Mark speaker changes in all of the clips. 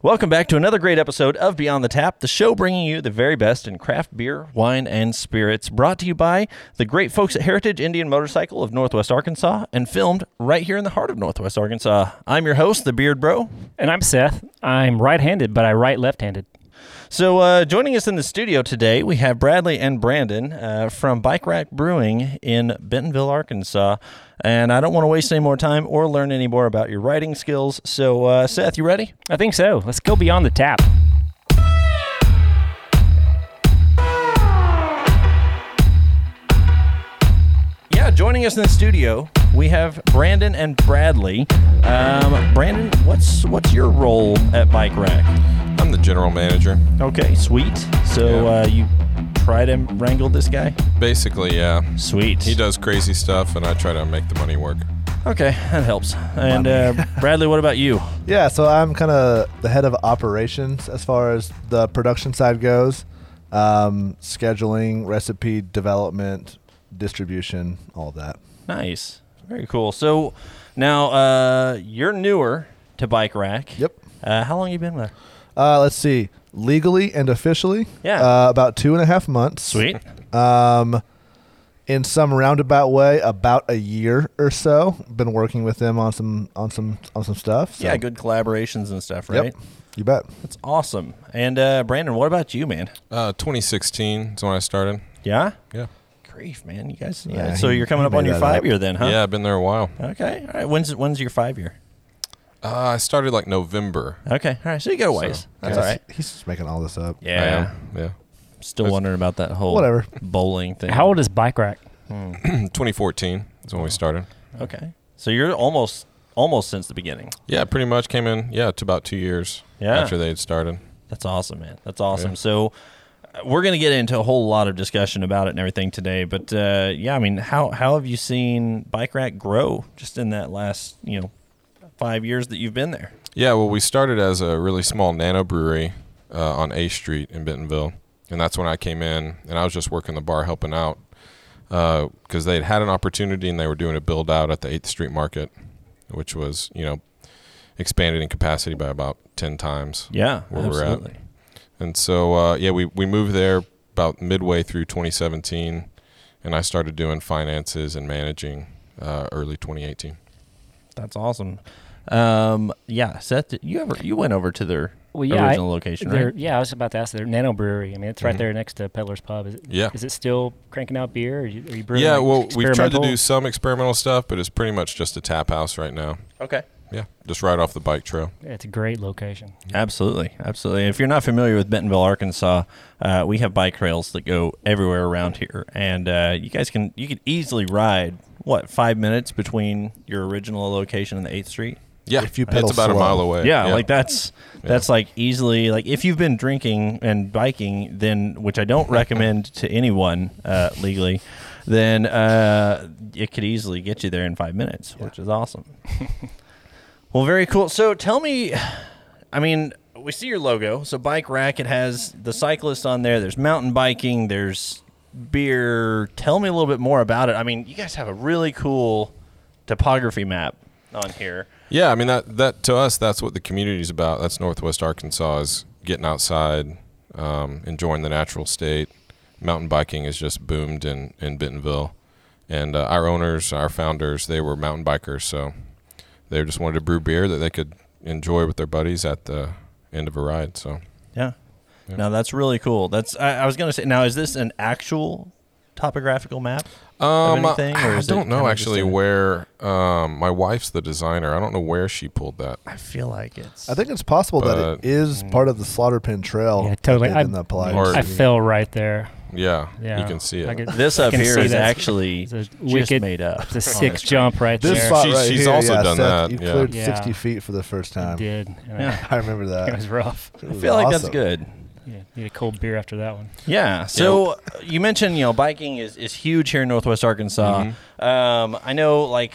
Speaker 1: Welcome back to another great episode of Beyond the Tap, the show bringing you the very best in craft beer, wine, and spirits. Brought to you by the great folks at Heritage Indian Motorcycle of Northwest Arkansas and filmed right here in the heart of Northwest Arkansas. I'm your host, The Beard Bro.
Speaker 2: And I'm Seth. I'm right handed, but I write left handed.
Speaker 1: So, uh, joining us in the studio today, we have Bradley and Brandon uh, from Bike Rack Brewing in Bentonville, Arkansas. And I don't want to waste any more time or learn any more about your writing skills. So, uh, Seth, you ready?
Speaker 2: I think so. Let's go beyond the tap.
Speaker 1: Yeah, joining us in the studio, we have Brandon and Bradley. Um, Brandon, what's what's your role at Bike Rack?
Speaker 3: I'm the general manager.
Speaker 1: Okay, sweet. So uh, you tried and wrangled this guy?
Speaker 3: Basically, yeah.
Speaker 1: Sweet.
Speaker 3: He does crazy stuff, and I try to make the money work.
Speaker 1: Okay, that helps. And uh, Bradley, what about you?
Speaker 4: Yeah, so I'm kind of the head of operations as far as the production side goes, um, scheduling, recipe development, distribution, all that.
Speaker 1: Nice. Very cool. So now uh, you're newer to Bike Rack.
Speaker 4: Yep.
Speaker 1: Uh, how long you been there?
Speaker 4: Uh, let's see, legally and officially,
Speaker 1: Yeah.
Speaker 4: uh, about two and a half months.
Speaker 1: Sweet.
Speaker 4: Um, in some roundabout way, about a year or so. Been working with them on some on some on some stuff. so-
Speaker 1: Yeah, good collaborations and stuff,
Speaker 4: Yep,
Speaker 1: right?
Speaker 4: You bet.
Speaker 1: That's awesome. And uh, Brandon, what about you, man?
Speaker 3: Uh, 2016 is when I started.
Speaker 1: Yeah?
Speaker 3: Yeah.
Speaker 1: Grief, man. You guys. uh, Yeah.
Speaker 4: Yeah,
Speaker 1: so
Speaker 4: he-
Speaker 1: you're coming
Speaker 4: he
Speaker 1: up on
Speaker 4: made
Speaker 1: your
Speaker 4: that up.
Speaker 1: five year then, huh?
Speaker 3: Yeah, I've been there a while.
Speaker 1: Okay. All right. When's when's your five year?
Speaker 3: Uh, I started like November.
Speaker 1: Okay. All right. So you got a ways.
Speaker 3: So,
Speaker 1: That's
Speaker 4: Guys,
Speaker 1: all right.
Speaker 4: He's just making all this up.
Speaker 3: I
Speaker 1: Yeah.
Speaker 3: am. Yeah.
Speaker 1: Still wondering about that whole
Speaker 4: Whatever.
Speaker 1: bowling thing.
Speaker 2: How old is Bike Rack?
Speaker 3: 2014 is when we started.
Speaker 1: Okay. So you're almost almost since the beginning.
Speaker 3: Yeah, pretty much came in, yeah, to about two years
Speaker 1: Yeah.
Speaker 3: after they had started.
Speaker 1: That's awesome, man. That's awesome. So uh, we're going to get into a whole lot of discussion about it and everything today. But uh, yeah, I mean, how how have you seen Bike Rack grow just in that last you know five years that you've been there?
Speaker 3: Yeah, well, we started as a really small nano brewery uh, on A Street in Bentonville, and that's when I came in, and I was just working the bar, helping out, because they'd had an opportunity and they were doing a build out at the Eighth Street Market, which was you know expanded in capacity by about ten times.
Speaker 1: Yeah,
Speaker 3: Where we're at.
Speaker 1: absolutely.
Speaker 3: And so uh, yeah, we we moved there about midway through 2017, and I started doing finances and managing uh, early 2018.
Speaker 1: That's awesome. Um, yeah, Seth, did you ever you went over to their
Speaker 2: Well, yeah, I-
Speaker 1: original location,
Speaker 2: They're-
Speaker 1: right?
Speaker 2: Yeah, I was about to ask. Their nano brewery. I mean, it's right
Speaker 3: Mhm.
Speaker 2: there next to Peddler's Pub. Is it,
Speaker 3: Yeah.
Speaker 2: Is it still cranking out beer? Are you, are you brewing?
Speaker 3: yeah,
Speaker 2: like,
Speaker 3: well, we've tried to
Speaker 2: experimental?
Speaker 3: do some experimental stuff, but it's pretty much just a tap house right now.
Speaker 1: Okay.
Speaker 3: Yeah, just right off the bike trail.
Speaker 2: Yeah, It's a great location.
Speaker 1: Absolutely, absolutely. If you're not familiar with Bentonville, Arkansas, uh, we have bike trails that go everywhere around here, and uh, you guys can you could easily ride what five minutes between your original location and the Eighth Street.
Speaker 3: Yeah,
Speaker 4: If you pedal
Speaker 3: it's about a
Speaker 4: slow.
Speaker 3: mile away.
Speaker 1: Yeah, like that's
Speaker 3: Yeah.
Speaker 1: that's like easily like if you've been drinking and biking, then which I don't recommend to anyone uh, legally, then uh, it could easily get you there in five minutes, which is awesome. well, very cool. So tell me, I mean, we see your logo. So bike rack, it has the cyclist on there. There's mountain biking. There's beer. Tell me a little bit more about it. I mean, you guys have a really cool topography map on here.
Speaker 3: Yeah, I mean that that to us that's what the community's about. That's Northwest Arkansas is getting outside, um, enjoying the natural state. Mountain biking is just boomed in in Bentonville, and uh, our owners, our founders, they were mountain bikers, so they just wanted to brew beer that they could enjoy with their buddies at the end of a ride. So
Speaker 1: Yeah. No, that's really cool. That's I, I was gonna say. Now, is this an actual topographical map?
Speaker 3: Um,
Speaker 1: anything, or
Speaker 3: I
Speaker 1: is it
Speaker 3: don't know
Speaker 1: kinda
Speaker 3: actually
Speaker 1: just a-
Speaker 3: where. Um, my wife's the designer. I don't know where she pulled that.
Speaker 1: I feel like it's.
Speaker 4: I think it's possible that
Speaker 3: But-
Speaker 4: it is part of the Slaughter Pin Trail.
Speaker 2: Yeah, totally.
Speaker 4: that they
Speaker 2: I-
Speaker 4: Oh, did in the Palayan
Speaker 3: Or-
Speaker 4: City.
Speaker 2: I fell right there.
Speaker 3: Yeah,
Speaker 2: Yeah.
Speaker 3: you can see
Speaker 2: I
Speaker 3: it.
Speaker 2: could-
Speaker 1: this
Speaker 2: I
Speaker 1: up
Speaker 2: can
Speaker 1: here
Speaker 2: see
Speaker 1: is
Speaker 2: that's-
Speaker 1: actually
Speaker 2: it's a
Speaker 1: just
Speaker 2: wicked-
Speaker 1: made up.
Speaker 2: It's a sick jump right
Speaker 4: This
Speaker 2: there.
Speaker 4: spot
Speaker 3: She's-
Speaker 4: right
Speaker 3: she's
Speaker 4: here,
Speaker 3: also
Speaker 4: yeah,
Speaker 3: done that,
Speaker 4: Seth, You
Speaker 3: yeah.
Speaker 4: cleared
Speaker 2: Yeah.
Speaker 4: 60 feet for the first
Speaker 2: I
Speaker 4: time.
Speaker 2: did. and I-
Speaker 1: Yeah.
Speaker 4: I remember
Speaker 2: It was
Speaker 4: that.
Speaker 2: rough.
Speaker 4: It
Speaker 1: I
Speaker 4: was
Speaker 1: feel like that's
Speaker 4: awesome.
Speaker 1: good.
Speaker 2: Yeah, need a cold beer after that one.
Speaker 1: Yeah. So uh, you mentioned you know biking is, is huge here in Northwest Arkansas. Um, I know like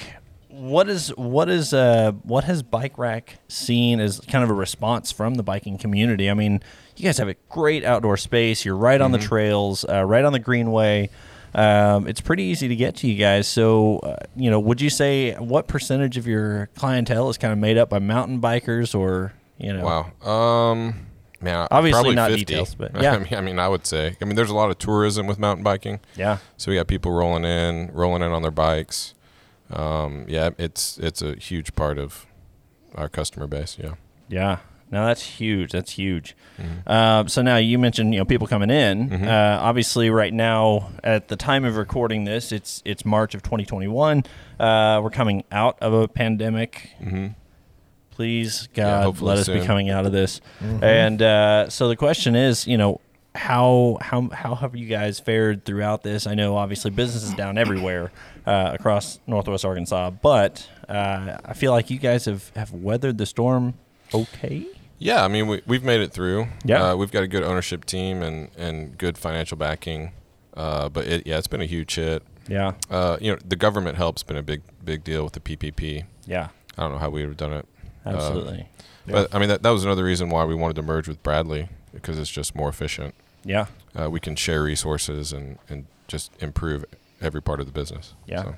Speaker 1: what is what is uh what has Bike Rack seen as kind of a response from the biking community? I mean, you guys have a great outdoor space. You're right on the trails, uh, right on the greenway. Um, it's pretty easy to get to you guys. So uh, you know, would you say what percentage of your clientele is kind of made up by mountain bikers or You know,
Speaker 3: Wow. Um, man, I-
Speaker 1: Obviously
Speaker 3: probably
Speaker 1: not
Speaker 3: 50.
Speaker 1: details, but
Speaker 3: I
Speaker 1: yeah.
Speaker 3: mean, I mean, I would say. I mean, there's a lot of tourism with mountain biking,
Speaker 1: yeah,
Speaker 3: so we got people rolling in, rolling in on their bikes. Um, yeah, it's it's a huge part of our customer base. Yeah.
Speaker 1: yeah. No, that's huge. That's huge.
Speaker 3: Mm-hmm.
Speaker 1: Uh, so now you mentioned you know people coming in. Uh, obviously, right now at the time of recording this, it's it's March of 2021. Uh, we're coming out of a pandemic.
Speaker 3: Mm-hmm.
Speaker 1: Please,
Speaker 3: Yeah,
Speaker 1: God,
Speaker 3: hopefully
Speaker 1: let us be
Speaker 3: soon. Mm-hmm.
Speaker 1: coming out of this. And uh, so the question is, you know, how how how have you guys fared throughout this? I know obviously business is down everywhere uh, across Northwest Arkansas, but uh, I feel like you guys have have weathered the storm okay.
Speaker 3: Yeah, I mean, we, we've made it through.
Speaker 1: Yeah.
Speaker 3: uh, we've got a good ownership team and and good financial backing. Uh, but it, yeah, it's been a huge hit.
Speaker 1: Yeah,
Speaker 3: Uh, you know, the government help's been a big big deal with the PPP.
Speaker 1: yeah,
Speaker 3: I don't know how we would have done it. Uh,
Speaker 1: absolutely.
Speaker 3: But I mean, that, that was another reason why we wanted to merge with Bradley because it's just more efficient.
Speaker 1: yeah,
Speaker 3: Uh, we can share resources and, and just improve every part of the business.
Speaker 1: Yeah.
Speaker 3: So,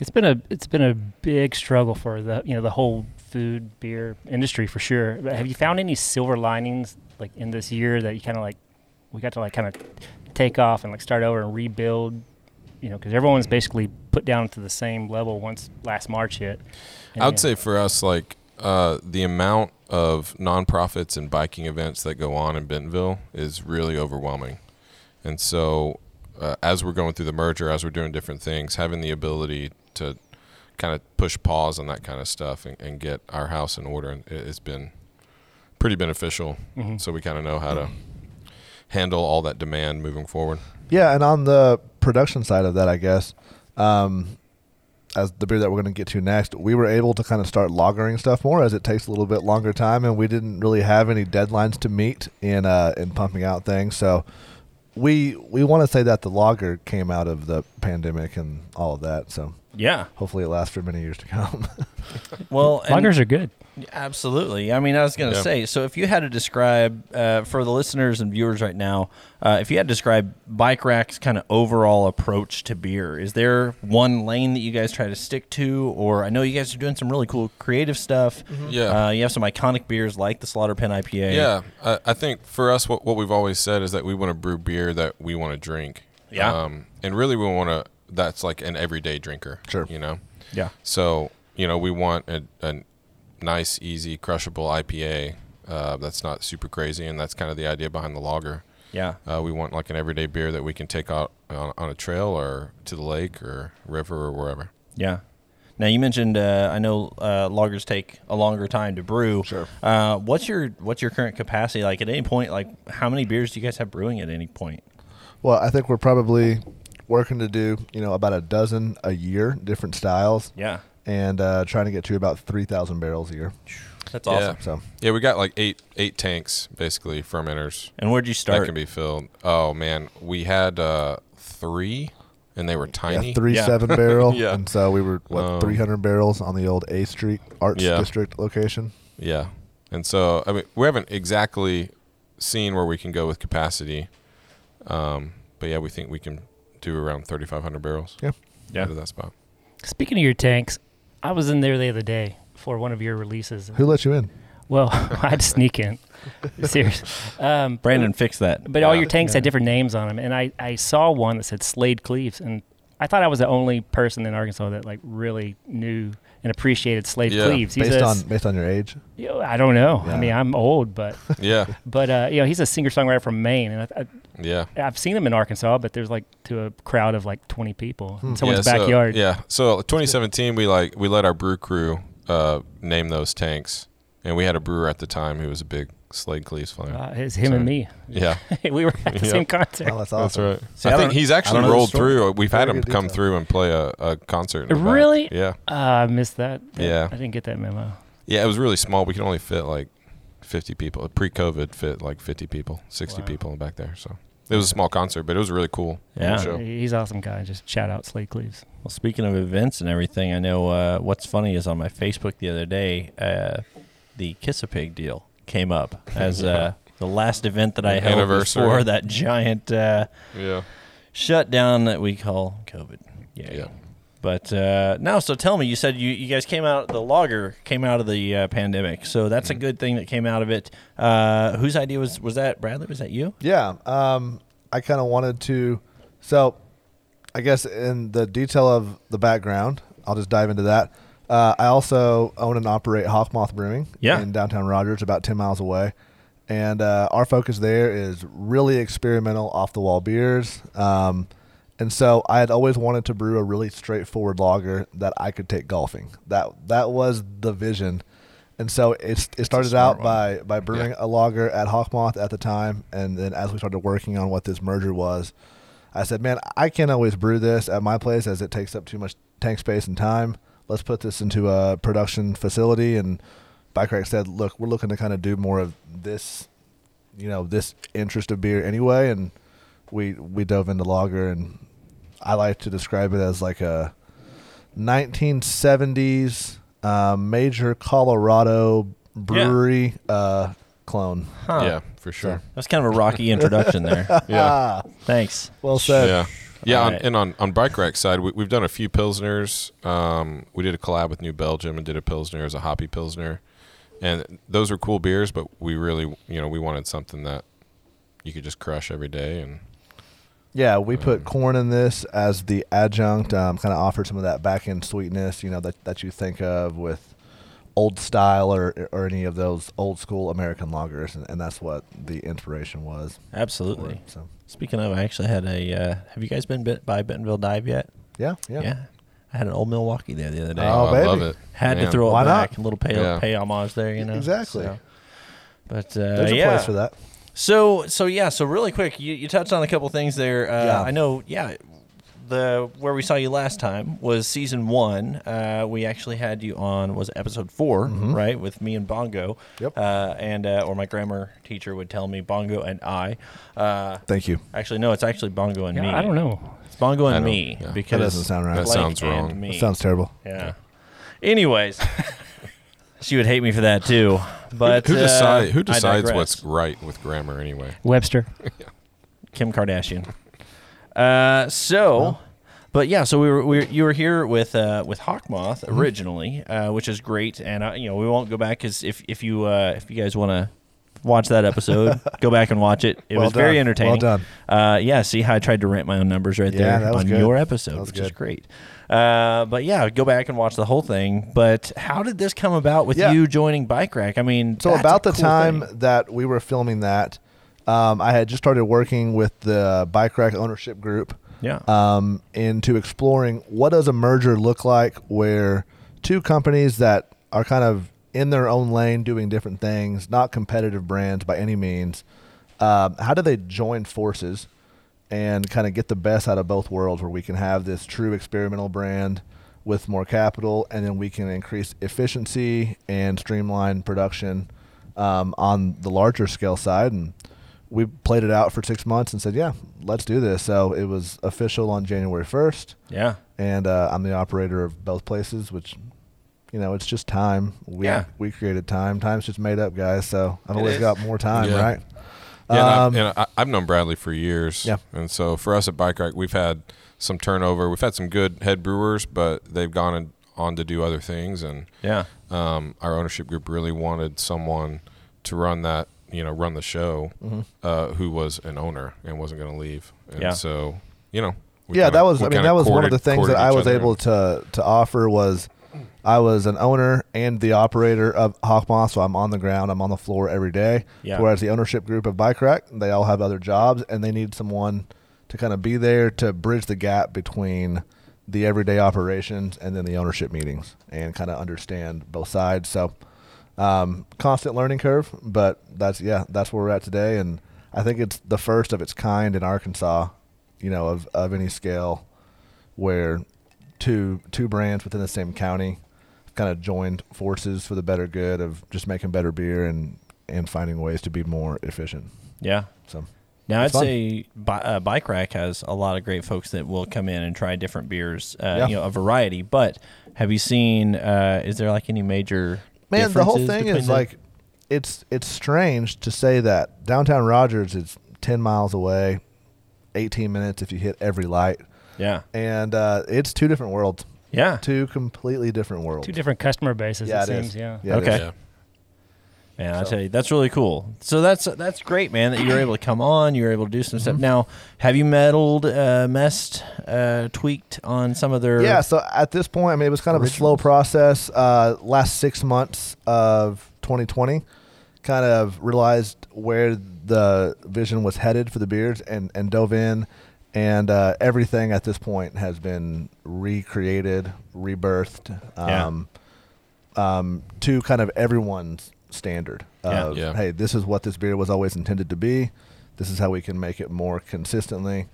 Speaker 2: It's been a it's been a big struggle for the you know the whole food beer industry for sure. But have you found any silver linings like in this year that you kind of like we got to like kind of take off and like start over and rebuild? You know, because everyone's basically put down to the same level once last March hit. And,
Speaker 3: I
Speaker 2: yeah.
Speaker 3: would say for us, like uh, the amount of nonprofits and biking events that go on in Bentonville is really overwhelming. And so, uh, as we're going through the merger, as we're doing different things, having the ability to kind of push pause on that kind of stuff and, and get our house in order, and it, it's been pretty beneficial. So we kind of know how to handle all that demand moving forward.
Speaker 4: Yeah, and on the production side of that, I guess, um, as the beer that we're going to get to next, we were able to kind of start lagering stuff more as it takes a little bit longer time, and we didn't really have any deadlines to meet in uh, in pumping out things. So we we want to say that the lager came out of the pandemic and all of that. So
Speaker 1: yeah.
Speaker 4: hopefully it lasts for many years to come.
Speaker 1: Well, and-
Speaker 2: Lagers are good.
Speaker 1: Absolutely. I mean, I was going to
Speaker 3: Yeah.
Speaker 1: say. So, if you had to describe uh, for the listeners and viewers right now, uh, if you had to describe Bike Rack's kind of overall approach to beer, is there one lane that you guys try to stick to? Or I know you guys are doing some really cool creative stuff.
Speaker 3: Mm-hmm. Yeah.
Speaker 1: Uh, you have some iconic beers like the Slaughter Pen IPA.
Speaker 3: Yeah, I, I think for us, what, what we've always said is that we want to brew beer that we want to drink.
Speaker 1: Yeah.
Speaker 3: Um, and really, we want to. That's like an everyday drinker.
Speaker 4: Sure.
Speaker 3: You know.
Speaker 1: Yeah.
Speaker 3: So you know, we want a, a nice, easy, crushable IPA uh, that's not super crazy, and that's kind of the idea behind the lager.
Speaker 1: Yeah.
Speaker 3: Uh, we want like an everyday beer that we can take out on, on a trail or to the lake or river or wherever.
Speaker 1: Yeah. Now you mentioned uh, I know uh, loggers take a longer time to brew.
Speaker 4: Sure.
Speaker 1: Uh, what's your what's your current capacity like at any point? Like how many beers do you guys have brewing at any point?
Speaker 4: well, I think we're probably working to do you know about a dozen a year, different styles,
Speaker 1: Yeah.
Speaker 4: and uh, trying to get to about three thousand barrels a year.
Speaker 1: That's awesome.
Speaker 3: Yeah.
Speaker 4: So.
Speaker 3: Yeah, we got like eight eight tanks basically fermenters.
Speaker 1: And where'd you
Speaker 3: That
Speaker 1: start?
Speaker 3: can be filled. Oh man, we had uh, three, and they were tiny.
Speaker 4: Yeah, three
Speaker 1: Yeah.
Speaker 4: seven barrel.
Speaker 3: Yeah.
Speaker 4: And so we were what
Speaker 3: Um,
Speaker 4: three hundred barrels on the old A Street Arts
Speaker 3: Yeah.
Speaker 4: District location.
Speaker 3: Yeah, and so I mean, we haven't exactly seen where we can go with capacity, um, but yeah, we think we can do around 3,500 barrels.
Speaker 4: Yeah.
Speaker 1: Yeah.
Speaker 3: out of that spot.
Speaker 2: Speaking of your tanks, I was in there the other day for one of your releases.
Speaker 4: Who let you in?
Speaker 2: Well, I had to sneak in. Serious. Um,
Speaker 1: Brandon fix that. Uh,
Speaker 2: But all your tanks had different names on them, and I, I saw one that said Slade Cleaves, and I thought I was the only person in Arkansas that like really knew and appreciated Slade
Speaker 3: Yeah.
Speaker 2: Cleaves. He's
Speaker 4: Based
Speaker 2: a,
Speaker 4: on based on your age.
Speaker 2: you know, I don't know.
Speaker 4: Yeah.
Speaker 2: I mean, I'm old, but
Speaker 3: Yeah,
Speaker 2: but uh, you know, he's a singer songwriter from Maine, and I,
Speaker 3: yeah.
Speaker 2: I, I've seen him in Arkansas, but there's like to a crowd of like 20 people in someone's
Speaker 3: Hmm. yeah, so-
Speaker 2: backyard.
Speaker 3: yeah. So 2017, we like we let our brew crew uh, name those tanks, and we had a brewer at the time who was a big Slade Cleaves fan.
Speaker 2: Uh, it's him and
Speaker 3: So-
Speaker 2: me.
Speaker 3: yeah,
Speaker 2: we were at the
Speaker 3: Yeah.
Speaker 2: same concert.
Speaker 4: Wow, that's
Speaker 3: that's
Speaker 4: awesome.
Speaker 3: right.
Speaker 1: See, I
Speaker 3: I think
Speaker 1: don't-
Speaker 3: he's
Speaker 4: I don't
Speaker 3: actually
Speaker 4: know the
Speaker 3: rolled
Speaker 4: story.
Speaker 3: through. We've had
Speaker 4: Very
Speaker 3: him
Speaker 4: good
Speaker 3: come
Speaker 4: detail.
Speaker 3: through and play a, a concert. in the back.
Speaker 2: Really?
Speaker 3: Yeah.
Speaker 2: Uh, I missed that.
Speaker 3: Yeah.
Speaker 2: I didn't get that memo.
Speaker 3: Yeah, it was really small. We could only fit like 50 people. Pre-COVID, fit like 50 people, 60
Speaker 2: Wow.
Speaker 3: people back there. So it was a small concert, but it was really cool.
Speaker 1: Yeah.
Speaker 3: show.
Speaker 2: He's an awesome guy. Just shout out Slade Cleaves.
Speaker 1: Well, speaking of events and everything, I know uh, what's funny is on my Facebook the other day, uh, the Kiss a Pig deal came up as uh, the last event that I
Speaker 3: An
Speaker 1: held
Speaker 3: anniversary.
Speaker 1: before that giant uh,
Speaker 3: Yeah.
Speaker 1: shutdown that we call COVID.
Speaker 3: Yeah.
Speaker 1: Yeah. But uh, no, so tell me, you said you, you guys came out, the logger came out of the uh, pandemic. So that's
Speaker 4: Mm-hmm.
Speaker 1: a good thing that came out of it. Uh, whose idea was, was that, Bradley? Was that you?
Speaker 4: Yeah, um, I kind of wanted to. So, I guess in the detail of the background, I'll just dive into that. Uh, I also own and operate Hawk Moth Brewing
Speaker 1: Yeah.
Speaker 4: in downtown Rogers, about ten miles away, and uh, our focus there is really experimental, off the wall beers. Um, and so I had always wanted to brew a really straightforward lager that I could take golfing. That that was the vision. And so it's, it started
Speaker 3: smart
Speaker 4: out
Speaker 3: one.
Speaker 4: by by brewing a lager at Hawkmoth at the time, and then as we started working on what this merger was, I said, "Man, I can't always brew this at my place as it takes up too much tank space and time. Let's put this into a production facility." And Bicrack said, "Look, we're looking to kind of do more of this, you know, this interest of beer anyway." And we we dove into lager, and I like to describe it as like a 1970s uh, major Colorado brewery uh, clone.
Speaker 1: Huh.
Speaker 3: Yeah, for sure.
Speaker 1: That's kind of a rocky introduction there.
Speaker 3: Yeah.
Speaker 4: Ah,
Speaker 1: Thanks.
Speaker 4: well said.
Speaker 3: yeah. Yeah,
Speaker 1: All
Speaker 3: on,
Speaker 1: right.
Speaker 3: and on, on bike rack side, we, we've done a few pilsners. Um, we did a collab with New Belgium and did a pilsner as a hoppy pilsner, and those were cool beers. But we really, you know, we wanted something that you could just crush every day. And
Speaker 4: Yeah, we put corn in this as the adjunct, um, kind of offered some of that back end sweetness, you know, that, that you think of with old style or, or any of those old school American lagers. And, and that's what the inspiration was. for
Speaker 1: Absolutely.
Speaker 4: it, So,
Speaker 1: Speaking of, I actually had a. Uh, have you guys been bit by Bentonville Dive yet?
Speaker 4: yeah, yeah.
Speaker 1: Uh, I had an old Milwaukee there the other day.
Speaker 4: Oh,
Speaker 3: I
Speaker 4: baby.
Speaker 3: love it.
Speaker 1: had to
Speaker 3: Man.
Speaker 1: throw it
Speaker 4: Why not?
Speaker 1: back. A little pay,
Speaker 3: Yeah.
Speaker 1: pay homage there, you know.
Speaker 4: Exactly.
Speaker 1: So- But uh,
Speaker 4: There's a
Speaker 1: yeah.
Speaker 4: place for that.
Speaker 1: So so yeah. So really quick, you, you touched on a couple things there. Uh,
Speaker 4: Yeah.
Speaker 1: I know. Yeah. The where we saw you last time was season one. Uh, we actually had you on was it episode 4
Speaker 3: Mm-hmm.
Speaker 1: right, with me and Bongo.
Speaker 4: Yep.
Speaker 1: Uh, and uh, or my grammar teacher would tell me Bongo and I. Uh,
Speaker 4: Thank you.
Speaker 1: actually, no, it's actually Bongo and
Speaker 2: Yeah,
Speaker 1: me.
Speaker 2: I don't know.
Speaker 1: It's Bongo
Speaker 3: I
Speaker 1: and
Speaker 3: don't-
Speaker 1: me
Speaker 3: yeah. That
Speaker 1: because
Speaker 4: doesn't sound right. That
Speaker 1: Blake
Speaker 3: sounds
Speaker 1: and
Speaker 3: wrong.
Speaker 1: me.
Speaker 4: That sounds terrible.
Speaker 1: Yeah. Anyways, she would hate me for that too. But
Speaker 3: who,
Speaker 1: uh,
Speaker 3: decide, who
Speaker 1: I
Speaker 3: decides
Speaker 1: digress.
Speaker 3: what's right with grammar anyway?
Speaker 2: Webster.
Speaker 1: Kim Kardashian? Uh, so. But yeah, so we were, we were you were here with uh, with Hawkmoth
Speaker 4: Mm-hmm.
Speaker 1: originally, uh, which is great, and uh, you know we won't go back because if if you uh, if you guys want to watch that episode, go back and watch it. It
Speaker 4: Well
Speaker 1: was very
Speaker 4: done.
Speaker 1: entertaining.
Speaker 4: Well done.
Speaker 1: Uh, yeah, see how I tried to rant my own numbers right
Speaker 4: Yeah,
Speaker 1: there
Speaker 4: that was
Speaker 1: on
Speaker 4: good.
Speaker 1: your episode,
Speaker 4: That was
Speaker 1: which is
Speaker 4: good.
Speaker 1: great. Uh, but yeah, go back and watch the whole thing. But how did this come about with
Speaker 4: Yeah.
Speaker 1: you joining Bike Rack? I mean,
Speaker 4: So
Speaker 1: that's a
Speaker 4: about the
Speaker 1: cool
Speaker 4: time
Speaker 1: thing.
Speaker 4: that we were filming that, um, I had just started working with the Bike Rack Ownership Group.
Speaker 1: Yeah.
Speaker 4: Um, into exploring what does a merger look like where two companies that are kind of in their own lane doing different things, not competitive brands by any means. Um, how do they join forces and kind of get the best out of both worlds where we can have this true experimental brand with more capital and then we can increase efficiency and streamline production um, on the larger scale side and we played it out for six months and said yeah let's do this so it was official on january 1st
Speaker 1: yeah,
Speaker 4: and uh, i'm the operator of both places which you know it's just time we
Speaker 1: Yeah.
Speaker 4: we created time time's just made up guys so i've
Speaker 1: It
Speaker 4: always
Speaker 1: is.
Speaker 4: got more time
Speaker 3: Yeah.
Speaker 4: right
Speaker 3: Yeah,
Speaker 4: Um,
Speaker 3: and, I, and I, I've known Bradley for years.
Speaker 4: Yeah.
Speaker 3: And so for us at Bike Rack, we've had some turnover. We've had some good head brewers, but they've gone and- on to do other things. And
Speaker 1: yeah,
Speaker 3: um, our ownership group really wanted someone to run that, you know, run the show,
Speaker 4: Mm-hmm.
Speaker 3: uh, who was an owner and wasn't going to leave. And
Speaker 1: Yeah.
Speaker 3: so, you know, we
Speaker 4: yeah,
Speaker 3: kinda-
Speaker 4: that was.
Speaker 3: we
Speaker 4: I mean,
Speaker 3: kinda
Speaker 4: that was one of
Speaker 3: courted-
Speaker 4: the things
Speaker 3: courted
Speaker 4: that I
Speaker 3: each
Speaker 4: was
Speaker 3: other.
Speaker 4: able to to offer was, I was an owner and the operator of Hawkmoth, so I'm on the ground, I'm on the floor every day.
Speaker 1: Yeah.
Speaker 4: Whereas the ownership group of Bike Rack, they all have other jobs and they need someone to kind of be there to bridge the gap between the everyday operations and then the ownership meetings and kind of understand both sides. So, um, constant learning curve, but that's yeah, that's where we're at today, and I think it's the first of its kind in Arkansas, you know, of of any scale, where two two brands within the same county kind of joined forces for the better good of just making better beer and and finding ways to be more efficient.
Speaker 1: yeah.
Speaker 4: So
Speaker 1: Now I'd
Speaker 4: It's fun.
Speaker 1: say bi- uh, Bike Rack has a lot of great folks that will come in and try different beers, uh,
Speaker 4: Yeah.
Speaker 1: you know, a variety. But have you seen? Uh, is there like any major?
Speaker 4: man, the whole
Speaker 1: differences
Speaker 4: thing
Speaker 1: between
Speaker 4: is
Speaker 1: the-
Speaker 4: like it's it's strange to say that downtown Rogers is ten miles away, eighteen minutes if you hit every light.
Speaker 1: yeah,
Speaker 4: and uh, it's two different worlds.
Speaker 1: Yeah.
Speaker 4: Two completely different worlds.
Speaker 2: Two different customer bases.
Speaker 4: Yeah,
Speaker 2: it,
Speaker 4: it
Speaker 2: seems.
Speaker 4: is.
Speaker 2: Yeah.
Speaker 4: Yeah, it
Speaker 1: Okay.
Speaker 4: is.
Speaker 3: Yeah.
Speaker 1: Yeah, I
Speaker 4: So-
Speaker 1: tell you, that's really cool. So that's that's great, man. That you were able to come on, you were able to do some stuff.
Speaker 4: Mm-hmm.
Speaker 1: Now, have you meddled, uh, messed, uh, tweaked on some of their?
Speaker 4: Yeah, so at this point, I mean, it was kind of a slow
Speaker 1: Originals.
Speaker 4: process. Uh, last six months of 2020, kind of realized where the vision was headed for the beards and, and dove in. And uh, everything at this point has been recreated, rebirthed
Speaker 1: Yeah.
Speaker 4: um, um, to kind of everyone's standard
Speaker 1: Yeah.
Speaker 4: of,
Speaker 3: Yeah.
Speaker 4: hey, this is what this beard was always intended to be. This is how we can make it more consistently.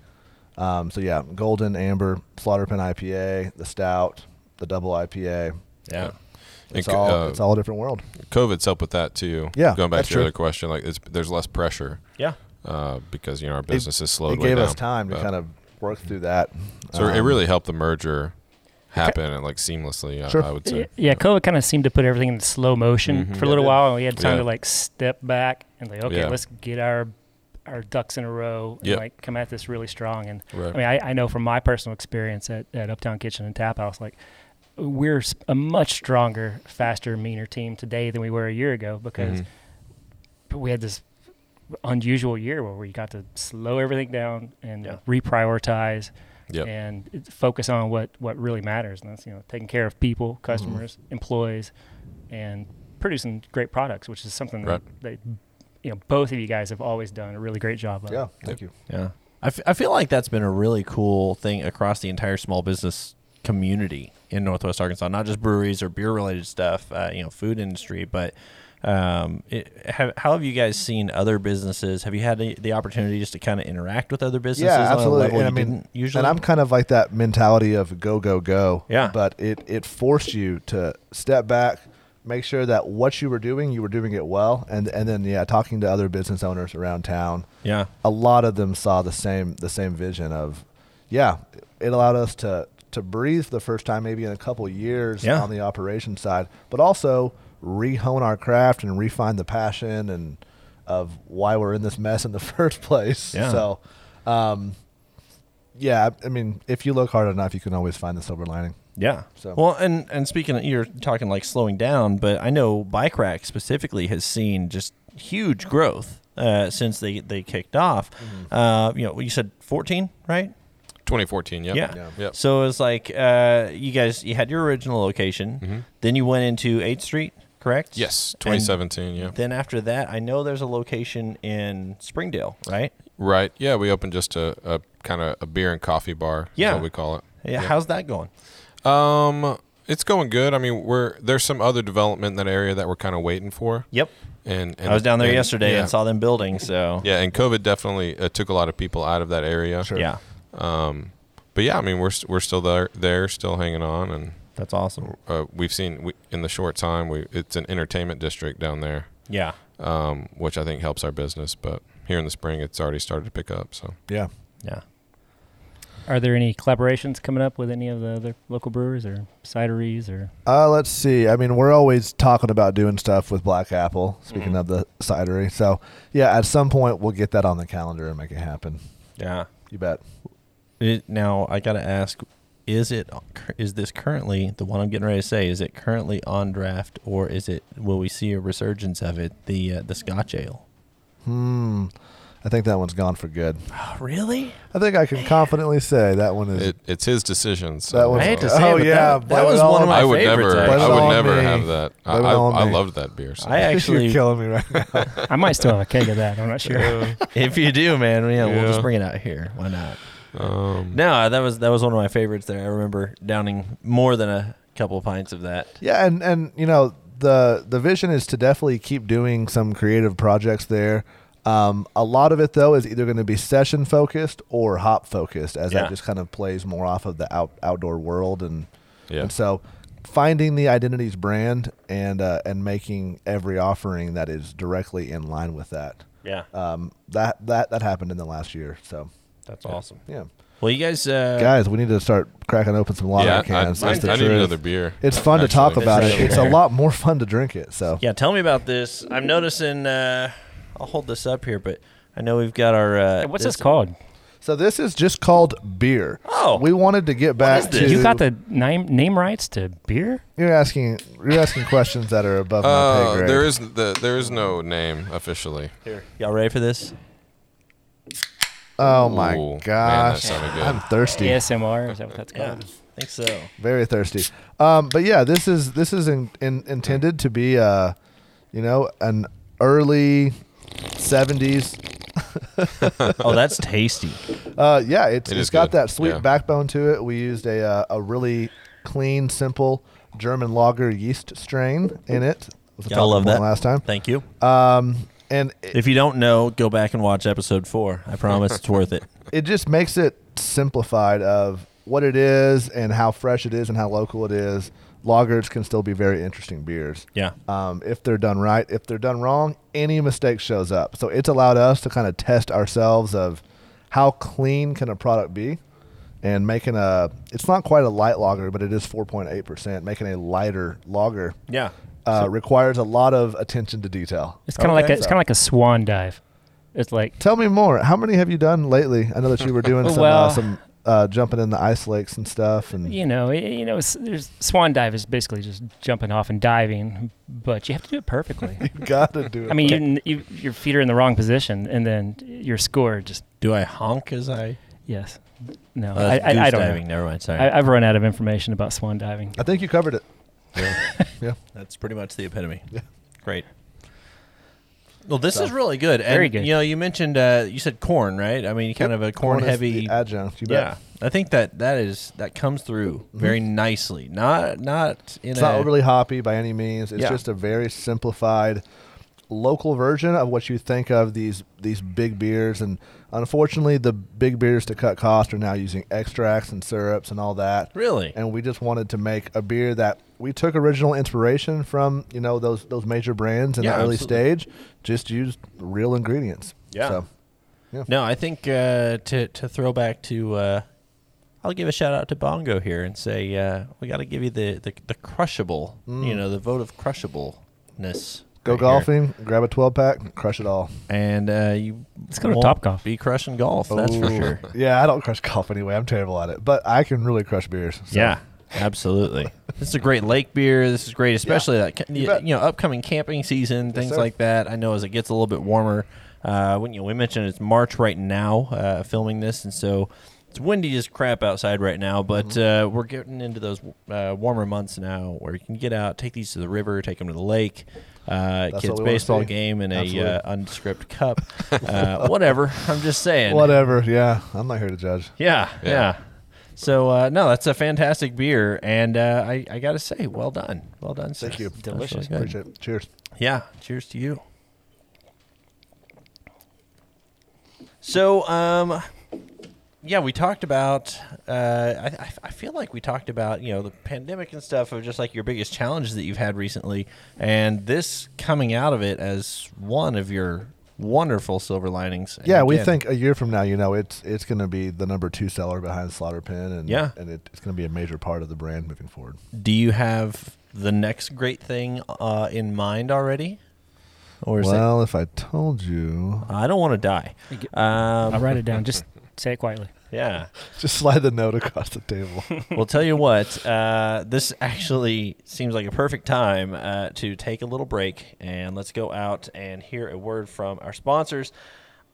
Speaker 4: Um, so yeah, golden, amber, slaughter pin IPA, the stout, the double IPA.
Speaker 1: yeah,
Speaker 4: It's
Speaker 3: And,
Speaker 4: all
Speaker 3: uh,
Speaker 4: it's all a different world.
Speaker 3: COVID's helped with that too.
Speaker 4: Yeah,
Speaker 3: Going back
Speaker 4: that's
Speaker 3: to your
Speaker 4: true.
Speaker 3: other question, like it's, there's less pressure
Speaker 1: yeah.
Speaker 3: uh, because you know our business is slowed.
Speaker 4: It
Speaker 3: way
Speaker 4: gave us
Speaker 3: down,
Speaker 4: time to
Speaker 3: but-
Speaker 4: kind of work through that.
Speaker 3: So it
Speaker 4: Um,
Speaker 3: really helped the merger happen and like seamlessly.
Speaker 4: Sure.
Speaker 3: I, I would
Speaker 2: Yeah,
Speaker 3: say.
Speaker 2: yeah, COVID kind of seemed to put everything in slow motion
Speaker 3: Mhm.
Speaker 2: for a
Speaker 4: Yeah,
Speaker 2: little
Speaker 4: it
Speaker 2: while, and we had time
Speaker 3: Yeah.
Speaker 2: to like step back and like, okay,
Speaker 3: Yeah.
Speaker 2: let's get our our ducks in a row and
Speaker 3: Yep.
Speaker 2: like come at this really strong. And
Speaker 3: Right.
Speaker 2: I mean, I, I know from my personal experience at, at Uptown Kitchen and Tap House, like we're s- a much stronger, faster, meaner team today than we were a year ago because
Speaker 3: Mhm.
Speaker 2: we had this unusual year where we got to slow everything down and
Speaker 1: Yeah.
Speaker 2: reprioritize
Speaker 3: Yep.
Speaker 2: and it- focus on what what really matters, and that's you know taking care of people, customers, employees, and producing great products, which is something that, that you know both of you guys have always done a really great job of.
Speaker 4: Yeah, thank you.
Speaker 1: Yeah. I, f- I feel like that's been a really cool thing across the entire small business community in Northwest Arkansas, not just breweries or beer related stuff, uh, you know, food industry, but um, it, have, how have you guys seen other businesses? Have you had the, the opportunity just to kind of interact with other businesses
Speaker 4: yeah, absolutely.
Speaker 1: on a level
Speaker 4: and I
Speaker 1: you
Speaker 4: mean,
Speaker 1: didn't usually?
Speaker 4: and I'm kind of like that mentality of go go go.
Speaker 1: Yeah.
Speaker 4: But it it forced you to step back, make sure that what you were doing, you were doing it well, and and then yeah, talking to other business owners around town.
Speaker 1: yeah,
Speaker 4: a lot of them saw the same the same vision of yeah it allowed us to to breathe for the first time maybe in a couple of years
Speaker 1: Yeah.
Speaker 4: on the operation side but also rehone our craft and refine the passion and of why we're in this mess in the first place
Speaker 1: Yeah.
Speaker 4: so um yeah i I mean if you look hard enough you can always find the silver lining
Speaker 1: Yeah.
Speaker 4: So-
Speaker 1: Well, and and speaking, of, you're talking like slowing down, but I know Bike Rack specifically has seen just huge growth uh, since they they kicked off.
Speaker 3: Mm-hmm.
Speaker 1: Uh, you know, you said 14, right?
Speaker 3: 2014. Yep.
Speaker 1: Yeah.
Speaker 4: Yeah.
Speaker 3: Yep.
Speaker 1: So it's like uh, you guys, you had your original location, then you went into 8th Street, correct?
Speaker 3: Mm-hmm. Yes.
Speaker 1: And
Speaker 3: 2017. Yeah.
Speaker 1: Then after that, I know there's a location in Springdale, right?
Speaker 3: Right. Yeah. We opened just a, a kind of a beer and coffee bar. is
Speaker 1: Yeah.
Speaker 3: what we call it.
Speaker 1: Yeah. How's that going?
Speaker 3: Um, it's going good. I mean, we're there's some other development in that area that we're kind of waiting for.
Speaker 1: Yep.
Speaker 3: And, and
Speaker 1: I was down there
Speaker 3: and-
Speaker 1: yesterday
Speaker 3: yeah.
Speaker 1: and saw them building. So
Speaker 3: Yeah, and COVID definitely uh, took a lot of people out of that area.
Speaker 4: Sure.
Speaker 1: yeah,
Speaker 3: Um, but yeah, I mean, we're st- we're still there, there, still hanging on, and
Speaker 1: that's awesome.
Speaker 3: uh, we've seen we, in the short time we it's an entertainment district down there,
Speaker 1: Yeah.
Speaker 3: um, which I think helps our business. But here in the spring, it's already started to pick up. So
Speaker 4: yeah
Speaker 1: Yeah.
Speaker 2: Are there any collaborations coming up with any of the other local breweries or cideries or?
Speaker 4: Uh, let's see. I mean, we're always talking about doing stuff with Black Apple. Speaking of the cidery, so yeah, at some point we'll get that on the calendar and make it happen.
Speaker 1: Yeah.
Speaker 4: You bet.
Speaker 1: It, now I gotta ask: Is it is this currently the one I'm getting ready to say? Is it currently on draft, or is it will we see a resurgence of it? The uh, the Scotch ale.
Speaker 4: Hmm. I think that one's gone for good.
Speaker 1: Oh, really?
Speaker 4: I think I can confidently say that one is.
Speaker 3: it, it's his decision. So
Speaker 4: That was-
Speaker 1: I hate to say,
Speaker 4: Oh,
Speaker 1: it, but
Speaker 4: yeah,
Speaker 1: that,
Speaker 4: blame
Speaker 1: that
Speaker 4: it
Speaker 1: was
Speaker 4: all
Speaker 1: one of
Speaker 4: on-
Speaker 1: my
Speaker 3: I would
Speaker 1: favorites.
Speaker 3: never,
Speaker 1: actually.
Speaker 3: I
Speaker 4: Blame it
Speaker 3: would
Speaker 4: on
Speaker 3: never
Speaker 4: me.
Speaker 3: have that. I,
Speaker 4: Blame it
Speaker 3: I,
Speaker 4: on
Speaker 3: I
Speaker 4: me.
Speaker 3: loved that beer. So.
Speaker 1: I
Speaker 4: You're
Speaker 1: actually,
Speaker 4: killing me right now.
Speaker 2: I might still have a keg of that. I'm not sure.
Speaker 1: if you do, man, yeah, we'll just
Speaker 3: Yeah.
Speaker 1: bring it out here. Why not?
Speaker 3: um,
Speaker 1: No, that was that was one of my favorites. There, I remember downing more than a couple of pints of that.
Speaker 4: Yeah, and and you know the the vision is to definitely keep doing some creative projects there. Um, a lot of it though is either going to be session focused or hop focused, as
Speaker 1: Yeah.
Speaker 4: that just kind of plays more off of the out, outdoor world and
Speaker 3: Yeah.
Speaker 4: and so finding the identity's brand and uh, and making every offering that is directly in line with that.
Speaker 1: Yeah,
Speaker 4: Um, that that that happened in the last year, so
Speaker 1: that's awesome.
Speaker 4: yeah.
Speaker 1: Well, you guys, uh,
Speaker 4: Guys, we need to start cracking open some lager
Speaker 3: yeah, I, I,
Speaker 4: cans.
Speaker 3: I
Speaker 4: That's the
Speaker 3: need
Speaker 4: truth.
Speaker 3: another beer.
Speaker 4: It's fun to
Speaker 3: actually.
Speaker 4: talk about
Speaker 1: It's
Speaker 4: it. It's a
Speaker 1: better.
Speaker 4: lot more fun to drink it. So
Speaker 1: Yeah, tell me about this. I'm noticing. Uh, I'll hold this up here, but I know we've got our. Uh,
Speaker 2: What's this called?
Speaker 4: So this is just called beer.
Speaker 1: Oh.
Speaker 4: we wanted to get back
Speaker 1: is this?
Speaker 4: to
Speaker 2: You got the name name rights to beer?
Speaker 4: You're asking you're asking questions that are above my pay
Speaker 3: Uh,
Speaker 4: grade.
Speaker 3: there is the there is no name officially.
Speaker 1: Y'all ready for this?
Speaker 4: oh my
Speaker 3: Ooh, man, that
Speaker 4: gosh,
Speaker 3: sounded good.
Speaker 4: I'm thirsty.
Speaker 2: ASMR is that what that's called?
Speaker 1: I think so.
Speaker 4: very thirsty. Um, but yeah, this is this is in, in, intended to be, uh, you know, an early seventies.
Speaker 1: Oh, that's tasty.
Speaker 4: Uh, yeah, it's
Speaker 3: It
Speaker 4: it
Speaker 3: is
Speaker 4: has got
Speaker 3: good.
Speaker 4: that sweet
Speaker 3: Yeah.
Speaker 4: backbone to it. We used a uh, a really clean, simple German lager yeast strain in it. Was the
Speaker 1: Y'all love
Speaker 4: one
Speaker 1: that.
Speaker 4: last time.
Speaker 1: Thank you.
Speaker 4: Um, and it,
Speaker 1: If you don't know, go back and watch episode four. I promise it's worth it.
Speaker 4: it just makes it simplified of what it is and how fresh it is and how local it is. Lagers can still be very interesting beers.
Speaker 1: Yeah.
Speaker 4: um, if they're done right. If they're done wrong, any mistake shows up. So it's allowed us to kind of test ourselves of how clean can a product be, and making a it's not quite a light lager, but it is 4.8 percent. Making a lighter lager
Speaker 1: Yeah.
Speaker 4: uh, requires a lot of attention to detail.
Speaker 2: It's kind of like
Speaker 1: Okay.
Speaker 2: a, it's kind of like a swan dive. It's like
Speaker 4: Tell me more. How many have you done lately? I know that you were doing some uh,
Speaker 2: Well-
Speaker 4: some uh, jumping in the ice lakes and stuff, and
Speaker 2: you know, y- you know, s- there's swan dive is basically just jumping off and diving, but you have to do it perfectly.
Speaker 4: you gotta do it.
Speaker 2: I mean, you, n- you, your feet are in the wrong position, and then your score just
Speaker 1: Do I honk as I?
Speaker 2: yes, no,
Speaker 1: Oh,
Speaker 2: I,
Speaker 1: that's
Speaker 2: I, I
Speaker 1: goose
Speaker 2: don't.
Speaker 1: diving.
Speaker 2: Know.
Speaker 1: Never mind. Sorry.
Speaker 2: I, I've run out of information about swan diving.
Speaker 4: I think you covered it.
Speaker 1: That's pretty much the epitome.
Speaker 4: Yeah.
Speaker 1: Great. Well, this
Speaker 4: So-
Speaker 1: is really good.
Speaker 2: Very
Speaker 1: And,
Speaker 2: good.
Speaker 1: You know, you mentioned uh, you said corn, right? I mean, kind
Speaker 4: Yep.
Speaker 1: of a corn,
Speaker 4: is the
Speaker 1: heavy.
Speaker 4: adjunct. You bet. Mm-hmm.
Speaker 1: yeah, I think that that is that comes through very nicely. Not not in
Speaker 4: It's
Speaker 1: a
Speaker 4: not overly hoppy by any means. It's
Speaker 1: Yeah.
Speaker 4: just a very simplified local version of what you think of these these big beers and unfortunately the big beers to cut cost are now using extracts and syrups and all that.
Speaker 1: really.
Speaker 4: And we just wanted to make a beer that we took original inspiration from, you know, those those major brands in
Speaker 1: Yeah,
Speaker 4: the early
Speaker 1: absolutely.
Speaker 4: stage, just used real ingredients.
Speaker 1: Yeah.
Speaker 4: So, yeah.
Speaker 1: No, I think uh, to to throw back to, uh, I'll give a shout out to Bongo here and say uh, we got to give you the the, the crushable, you know, the vote of crushableness.
Speaker 4: Mm. Go
Speaker 1: right here.
Speaker 4: golfing, grab a 12 pack, crush it all.
Speaker 1: and uh, you
Speaker 2: Let's go to
Speaker 1: won't
Speaker 2: Topgolf.
Speaker 1: Be crushing golf, that's for
Speaker 4: Ooh.
Speaker 1: sure.
Speaker 4: Yeah, I don't crush golf anyway. I'm terrible at it, but I can really crush beers. so.
Speaker 1: Yeah, absolutely. this is a great lake beer. This is great, especially that ca-
Speaker 4: you
Speaker 1: you,
Speaker 4: bet.
Speaker 1: know upcoming camping season, things
Speaker 4: sir.
Speaker 1: like that. I know as it gets a little bit warmer, uh, when you know, we mentioned it's March right now, uh, filming this, and so it's windy as crap outside right now. But
Speaker 4: Mm-hmm.
Speaker 1: uh, we're getting into those uh, warmer months now, where you can get out, take these to the river, take them to the lake. Uh,
Speaker 4: what we
Speaker 1: kids
Speaker 4: wanna
Speaker 1: baseball
Speaker 4: see.
Speaker 1: game and
Speaker 4: Absolutely.
Speaker 1: a uh, unscript cup, uh, whatever. I'm just saying.
Speaker 4: Whatever. Yeah, I'm not here to judge.
Speaker 1: Yeah, yeah.
Speaker 3: Yeah.
Speaker 1: So uh, no, that's a fantastic beer, and uh, I I gotta say, well done, well done. sir.
Speaker 4: Thank you.
Speaker 1: That's really
Speaker 2: Delicious.
Speaker 1: good.
Speaker 4: Appreciate it. Cheers.
Speaker 1: Yeah. Cheers to you. So um, yeah, we talked about. Uh, I- I I feel like we talked about you know the pandemic and stuff of just like your biggest challenges that you've had recently, and this coming out of it as one of your wonderful silver linings. And
Speaker 4: Yeah, we
Speaker 1: again,
Speaker 4: think a year from now, you know, it's it's going to be the number two seller behind Slaughter Pen, and
Speaker 1: Yeah.
Speaker 4: and it, it's going to be a major part of the brand moving forward.
Speaker 1: Do you have the next great thing uh, in mind already? Or is it,
Speaker 4: Well, if I told you,
Speaker 1: I don't want to die.
Speaker 2: I'll
Speaker 1: Um,
Speaker 2: write it down. Just say it quietly.
Speaker 1: yeah.
Speaker 4: just slide the note across the table.
Speaker 1: Well, tell you what, uh, this actually seems like a perfect time uh, to take a little break and let's go out and hear a word from our sponsors.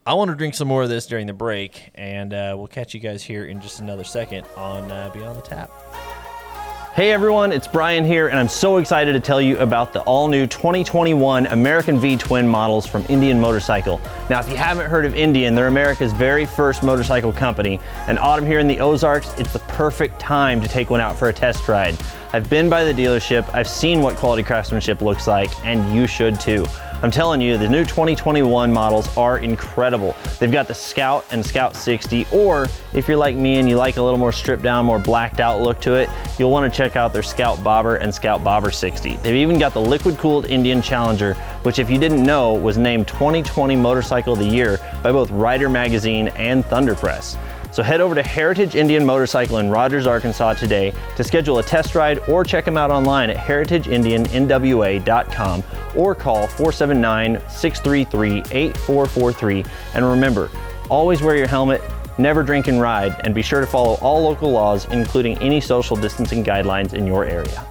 Speaker 1: I want to drink some more of this during the break, and uh, we'll catch you guys here in just another second on uh, Beyond the Tap.
Speaker 5: Hey everyone, it's Brian here, and I'm so excited to tell you about the all new 2021 American V Twin models from Indian Motorcycle. Now, if you haven't heard of Indian, they're America's very first motorcycle company, and autumn here in the Ozarks, it's the perfect time to take one out for a test ride. I've been by the dealership, I've seen what quality craftsmanship looks like, and you should too. I'm telling you, the new 2021 models are incredible. They've got the Scout and Scout 60, or if you're like me and you like a little more stripped down, more blacked out look to it, you'll want to check out their Scout Bobber and Scout Bobber 60. They've even got the liquid cooled Indian Challenger, which, if you didn't know, was named 2020 Motorcycle of the Year by both Rider Magazine and Thunder Press. So head over to Heritage Indian Motorcycle in Rogers, Arkansas today to schedule a test ride or check them out online at heritageindiannwa.com or call 479 633 8443. And remember, always wear your helmet, never drink and ride, and be sure to follow all local laws, including any social distancing guidelines in your area.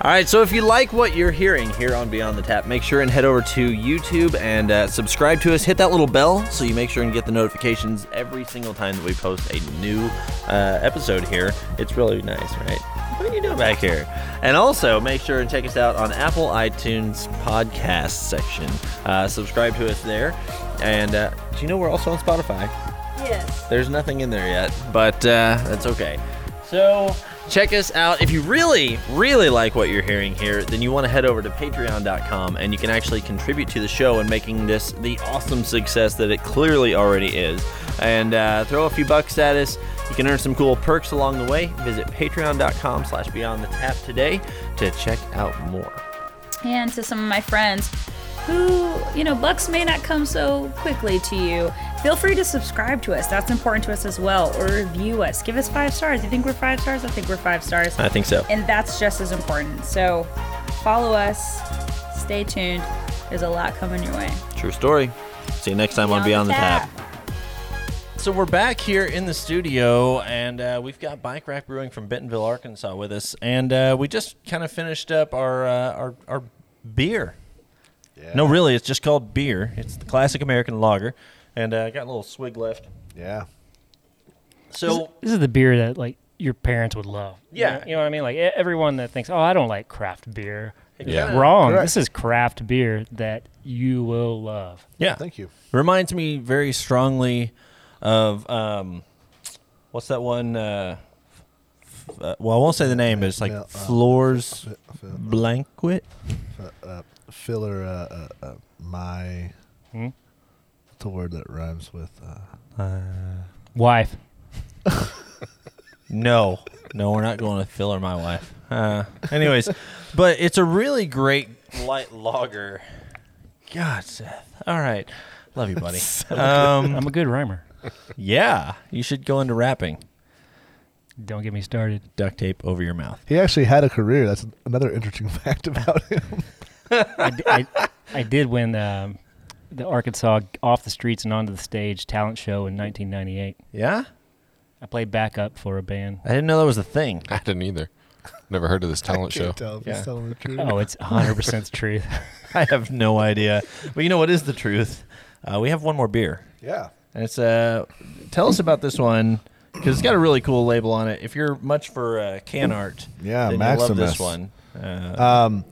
Speaker 6: All right, so if you like what you're hearing here on Beyond the Tap, make sure and head over to YouTube and uh, subscribe to us. Hit that little bell so you make sure and get the notifications every single time that we post a new uh, episode here. It's really nice, right? What are you doing back here? And also make sure and check us out on Apple iTunes podcast section. Uh, subscribe to us there. And uh, do you know we're also on Spotify?
Speaker 7: Yes.
Speaker 6: There's nothing in there yet, but uh, that's okay. So check us out. If you really, really like what you're hearing here, then you want to head over to patreon.com and you can actually contribute to the show and making this the awesome success that it clearly already is. And uh, throw a few bucks at us. You can earn some cool perks along the way. Visit patreon.com slash beyond the tap today to check out more.
Speaker 7: And to some of my friends who, you know, bucks may not come so quickly to you, feel free to subscribe to us. That's important to us as well. Or review us. Give us five stars. You think we're five stars? I think we're five stars.
Speaker 6: I think so.
Speaker 7: And that's just as important. So follow us. Stay tuned. There's a lot coming your way.
Speaker 6: True story. See you next time on Beyond the Tap.
Speaker 1: So we're back here in the studio, and uh, we've got Bike Rack Brewing from Bentonville, Arkansas, with us, and uh, we just kind of finished up our uh, our, our beer. No, really, it's just called beer. It's the classic American lager, and uh, I got a little swig left.
Speaker 4: Yeah.
Speaker 6: So
Speaker 2: This is the beer that like your parents would love. You
Speaker 1: Yeah.
Speaker 2: know- you know what I mean. Like e- everyone that thinks, "Oh, I don't like craft beer,"
Speaker 3: Yeah.
Speaker 2: wrong.
Speaker 4: Correct.
Speaker 2: This is craft beer that you will love.
Speaker 1: Yeah,
Speaker 4: Thank you.
Speaker 1: Reminds me very strongly of um, what's that one? Uh, f- uh, well, I won't say the name, but it's like
Speaker 4: Yeah, uh,
Speaker 1: Floors
Speaker 4: F- uh,
Speaker 1: Blanquet.
Speaker 4: filler uh, uh, uh, my.
Speaker 2: Hmm?
Speaker 4: What's a word that rhymes with? Uh,
Speaker 2: Wife,
Speaker 1: No, no, we're not going to filler my wife. Uh, anyways, but it's a really great light lager. God, Seth. All right, love you, buddy. Um,
Speaker 2: I'm a good rhymer.
Speaker 1: yeah, you should go into rapping.
Speaker 2: Don't get me started.
Speaker 1: Duct tape over your mouth.
Speaker 4: he actually had a career. That's another interesting fact about him.
Speaker 2: I, d- I- I did win um, the Arkansas Off the Streets and Onto the Stage talent show in 1998.
Speaker 1: Yeah,
Speaker 2: I played backup for a band.
Speaker 1: I didn't know that was a thing.
Speaker 3: I didn't either. Never heard of this talent show.
Speaker 4: Can't tell if
Speaker 1: Yeah.
Speaker 4: he's telling the truth.
Speaker 2: Oh, it's 100% the truth.
Speaker 1: I have no idea. But you know what is the truth? Uh, we have one more beer.
Speaker 4: Yeah.
Speaker 1: And it's uh, tell us about this one because it's got a really cool label on it. If you're much for uh, can art,
Speaker 4: Yeah,
Speaker 1: then you'll love this
Speaker 4: Maximus.
Speaker 1: one. Uh,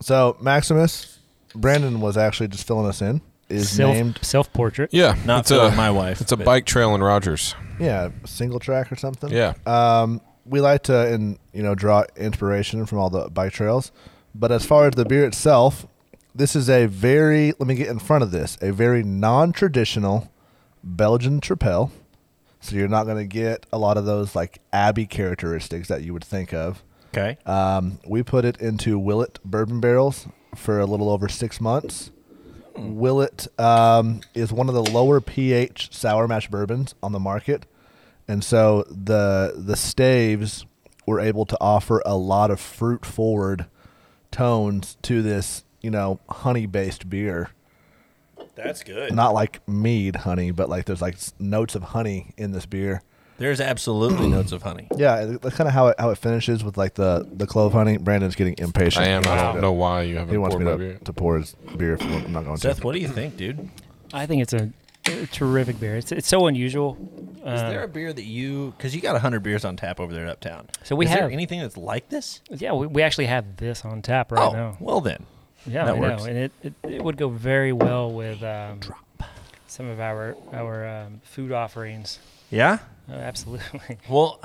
Speaker 4: So Maximus, Brandon was actually just filling us in. Is named
Speaker 2: Self, self-portrait.
Speaker 3: Yeah,
Speaker 1: Not
Speaker 3: it's
Speaker 1: for
Speaker 3: a,
Speaker 1: my wife,
Speaker 3: It's a
Speaker 1: but-
Speaker 3: bike trail in Rogers.
Speaker 4: yeah single track or something.
Speaker 3: Yeah,
Speaker 4: we like to and you know draw inspiration from all the bike trails but as far as the beer itself this is a very let me get in front of this a very non-traditional belgian tripel so you're not going to get a lot of those like abbey characteristics that you would think of
Speaker 1: okay.
Speaker 4: um, we put it into Willet bourbon barrels for a little over six months. Willet um, is one of the lower pH sour mash bourbons on the market, and so the the staves were able to offer a lot of fruit forward tones to this, you know, honey based beer.
Speaker 1: That's good.
Speaker 4: Not like mead honey, but like there's like s- notes of honey in this beer.
Speaker 1: There's absolutely notes of honey.
Speaker 4: Yeah, it- that's kind of how it how it finishes with like the the clove honey. Brandon's getting impatient.
Speaker 3: I am. I
Speaker 4: Wow.
Speaker 3: don't know why you
Speaker 4: He
Speaker 3: haven't
Speaker 4: wants
Speaker 3: poured
Speaker 4: me
Speaker 3: my
Speaker 4: to,
Speaker 3: beer.
Speaker 4: to pour his beer. For, I'm not going
Speaker 1: Seth,
Speaker 4: to.
Speaker 1: what do you think, dude?
Speaker 2: I think it's a, a terrific beer. It's, it's so unusual.
Speaker 1: Is
Speaker 2: Uh,
Speaker 1: there a beer that you because you got hundred beers on tap over there at Uptown?
Speaker 2: So we
Speaker 1: Is there
Speaker 2: have-
Speaker 1: anything that's like this?
Speaker 2: yeah, we, we actually have this on tap right
Speaker 1: oh,
Speaker 2: now.
Speaker 1: well then,
Speaker 2: Yeah,
Speaker 1: that
Speaker 2: I
Speaker 1: works.
Speaker 2: know, and it, it, it would go very well with um, some of our our um, food offerings.
Speaker 1: yeah.
Speaker 2: Uh, absolutely.
Speaker 1: Well,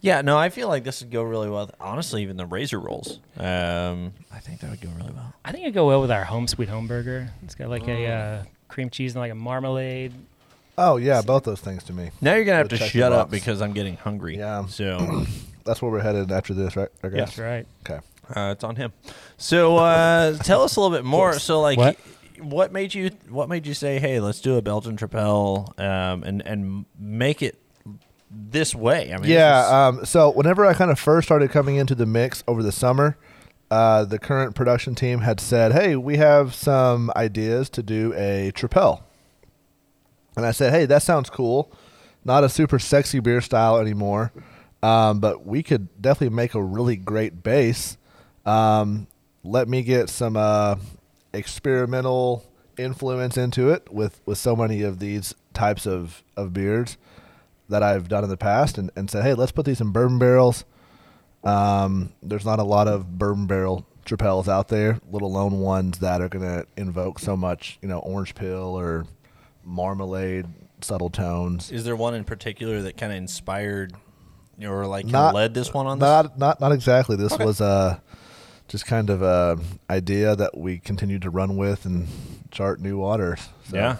Speaker 1: yeah. No, I feel like this would go really well. Honestly, even the razor rolls. Um, I think that would go really well.
Speaker 2: I think it'd go well with our home sweet home burger. It's got like
Speaker 1: Oh.
Speaker 2: a uh, cream cheese and like a marmalade.
Speaker 4: Oh yeah, both those things to me.
Speaker 1: Now you're gonna have
Speaker 4: We'll
Speaker 1: to
Speaker 4: check the
Speaker 1: shut up
Speaker 4: box.
Speaker 1: because I'm getting hungry.
Speaker 4: Yeah.
Speaker 1: So
Speaker 4: That's where we're headed after this, right? I guess?
Speaker 2: That's right.
Speaker 4: Okay.
Speaker 1: uh, it's on him. So uh, tell us a little bit more. So like, what?
Speaker 2: What?
Speaker 1: made you what made you say, hey, let's do a Belgian tripel um, and and make it this way? I mean, this is-
Speaker 4: Yeah. Um, so whenever I kind of first started coming into the mix over the summer, uh, the current production team had said, "Hey, we have some ideas to do a tripel." and I said, "Hey, that sounds cool. Not a super sexy beer style anymore, um, but we could definitely make a really great base. Um, let me get some uh, experimental influence into it with with so many of these types of of beers that I've done in the past, and, and said, hey, let's put these in bourbon barrels. Um, there's not a lot of bourbon barrel tripels out there, let alone ones that are going to invoke so much, you know, orange peel or marmalade subtle tones.
Speaker 1: Is there one in particular that kind of inspired or like kinda
Speaker 4: Not-
Speaker 1: led this one on? This?
Speaker 4: Not not not exactly. This was uh, just kind of a idea that we continued to run with and chart new waters. So
Speaker 1: yeah.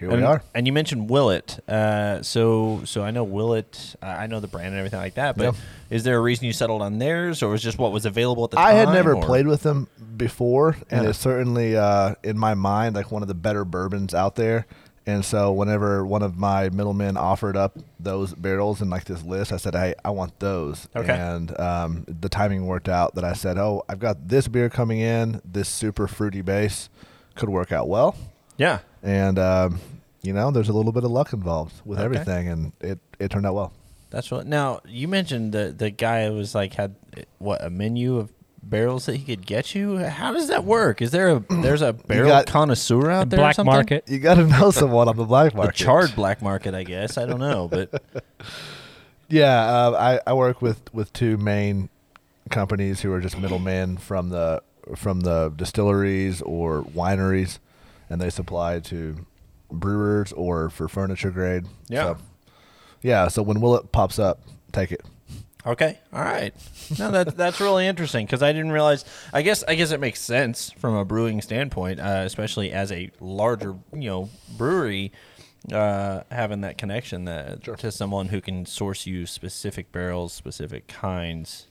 Speaker 4: here
Speaker 1: And,
Speaker 4: we are.
Speaker 1: and you mentioned Willet. Uh, so so I know Willet. I I know the brand and everything like that. But
Speaker 4: Yeah.
Speaker 1: is there a reason you settled on theirs, or was just what was available at the time?
Speaker 4: I had never
Speaker 1: or-
Speaker 4: played with them before, and
Speaker 1: Yeah.
Speaker 4: it's certainly uh, in my mind like one of the better bourbons out there. And so, whenever one of my middlemen offered up those barrels and like this list, I said, "Hey, I want those."
Speaker 1: Okay.
Speaker 4: And um, the timing worked out that I said, "Oh, I've got this beer coming in. This super fruity base could work out well."
Speaker 1: Yeah.
Speaker 4: And um, you know, there's a little bit of luck involved with
Speaker 1: Okay.
Speaker 4: everything, and it it turned out well.
Speaker 1: That's what. Now you mentioned the the guy was like had what a menu of barrels that he could get you. How does that work? Is there a there's a barrel
Speaker 4: got-
Speaker 1: connoisseur out there? or
Speaker 2: Black
Speaker 1: something?
Speaker 2: market.
Speaker 4: You got to know someone on the black
Speaker 1: The
Speaker 4: market.
Speaker 1: charred black market, I guess. I don't know, but
Speaker 4: Yeah, uh, I I work with with two main companies who are just middlemen from the from the distilleries or wineries, and they supply to brewers or for furniture grade.
Speaker 1: Yeah.
Speaker 4: So, yeah. So when Willet pops up, take it.
Speaker 1: Okay. All right. No, that that's really interesting because I didn't realize. I guess I guess it makes sense from a brewing standpoint, uh, especially as a larger you know brewery, uh, having that connection that, to someone who can source you specific barrels, specific kinds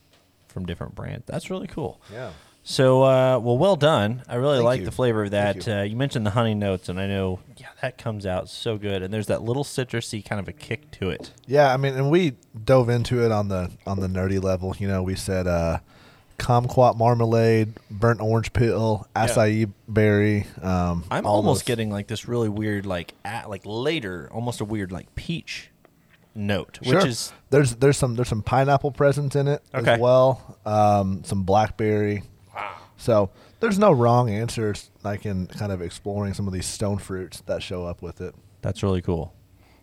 Speaker 1: from different brands. That's really cool.
Speaker 4: Yeah.
Speaker 1: So uh, well, well done. I really like
Speaker 4: you.
Speaker 1: the flavor of
Speaker 4: Thank
Speaker 1: that.
Speaker 4: you.
Speaker 1: Uh, you mentioned the honey notes, and I know yeah that comes out so good. And there's that little citrusy kind of a kick to it.
Speaker 4: Yeah, I mean, and we dove into it on the on the nerdy level. You know, we said uh, kumquat marmalade, burnt orange peel, acai berry. Um,
Speaker 1: I'm
Speaker 4: all
Speaker 1: almost
Speaker 4: those-
Speaker 1: getting like this really weird, like at, like later, almost a weird like peach note, which
Speaker 4: Sure.
Speaker 1: is
Speaker 4: there's there's some there's some pineapple presence in it
Speaker 1: Okay.
Speaker 4: as well. Um, some blackberry. Wow. So there's no wrong answers like in kind of exploring some of these stone fruits that show up with it.
Speaker 1: that's really cool.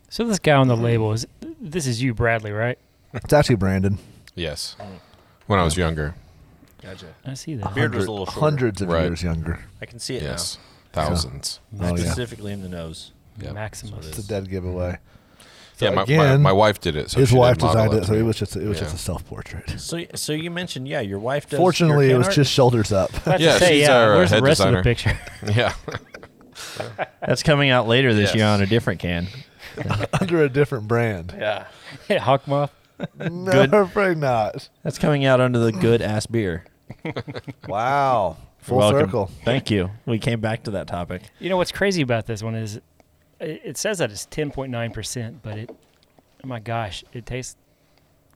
Speaker 2: So this guy on the label is this is you, Bradley, right?
Speaker 4: It's actually Brandon.
Speaker 3: Yes.
Speaker 4: Oh.
Speaker 3: When I was younger.
Speaker 2: I see that.
Speaker 1: Beard was a little shorter.
Speaker 4: Hundreds of
Speaker 3: Right.
Speaker 4: years younger.
Speaker 1: I can see it
Speaker 3: Yes. Thousands.
Speaker 1: now,
Speaker 4: Oh, yeah.
Speaker 1: specifically in the nose.
Speaker 3: Yeah.
Speaker 2: Maximus.
Speaker 4: It's a dead giveaway. So
Speaker 3: yeah, my,
Speaker 4: again,
Speaker 3: my, my wife did it. So
Speaker 4: His
Speaker 3: she did
Speaker 4: wife
Speaker 3: model
Speaker 4: designed it, so
Speaker 3: to
Speaker 4: it
Speaker 3: me.
Speaker 4: was just it was
Speaker 3: Yeah.
Speaker 4: just a self portrait.
Speaker 1: So, y- so you mentioned, yeah, your wife does. your
Speaker 4: Fortunately, it
Speaker 1: can
Speaker 4: was
Speaker 1: art.
Speaker 4: just shoulders up.
Speaker 2: About to
Speaker 3: Yeah,
Speaker 2: say,
Speaker 3: she's
Speaker 2: yeah,
Speaker 3: our, uh,
Speaker 2: where's the
Speaker 3: head
Speaker 2: rest
Speaker 3: designer.
Speaker 2: of the picture?
Speaker 3: Yeah.
Speaker 1: that's coming out later this
Speaker 3: Yes.
Speaker 1: year on a different can.
Speaker 4: under a different brand.
Speaker 2: yeah, Hawkmoth.
Speaker 4: No,
Speaker 1: Good.
Speaker 4: probably not.
Speaker 1: That's coming out under the good ass beer.
Speaker 4: Wow. Full
Speaker 1: Welcome.
Speaker 4: circle.
Speaker 1: Thank you. We came back to that topic.
Speaker 2: You know what's crazy about this one is, it, it says that it's ten point nine percent, but it, oh my gosh, it tastes,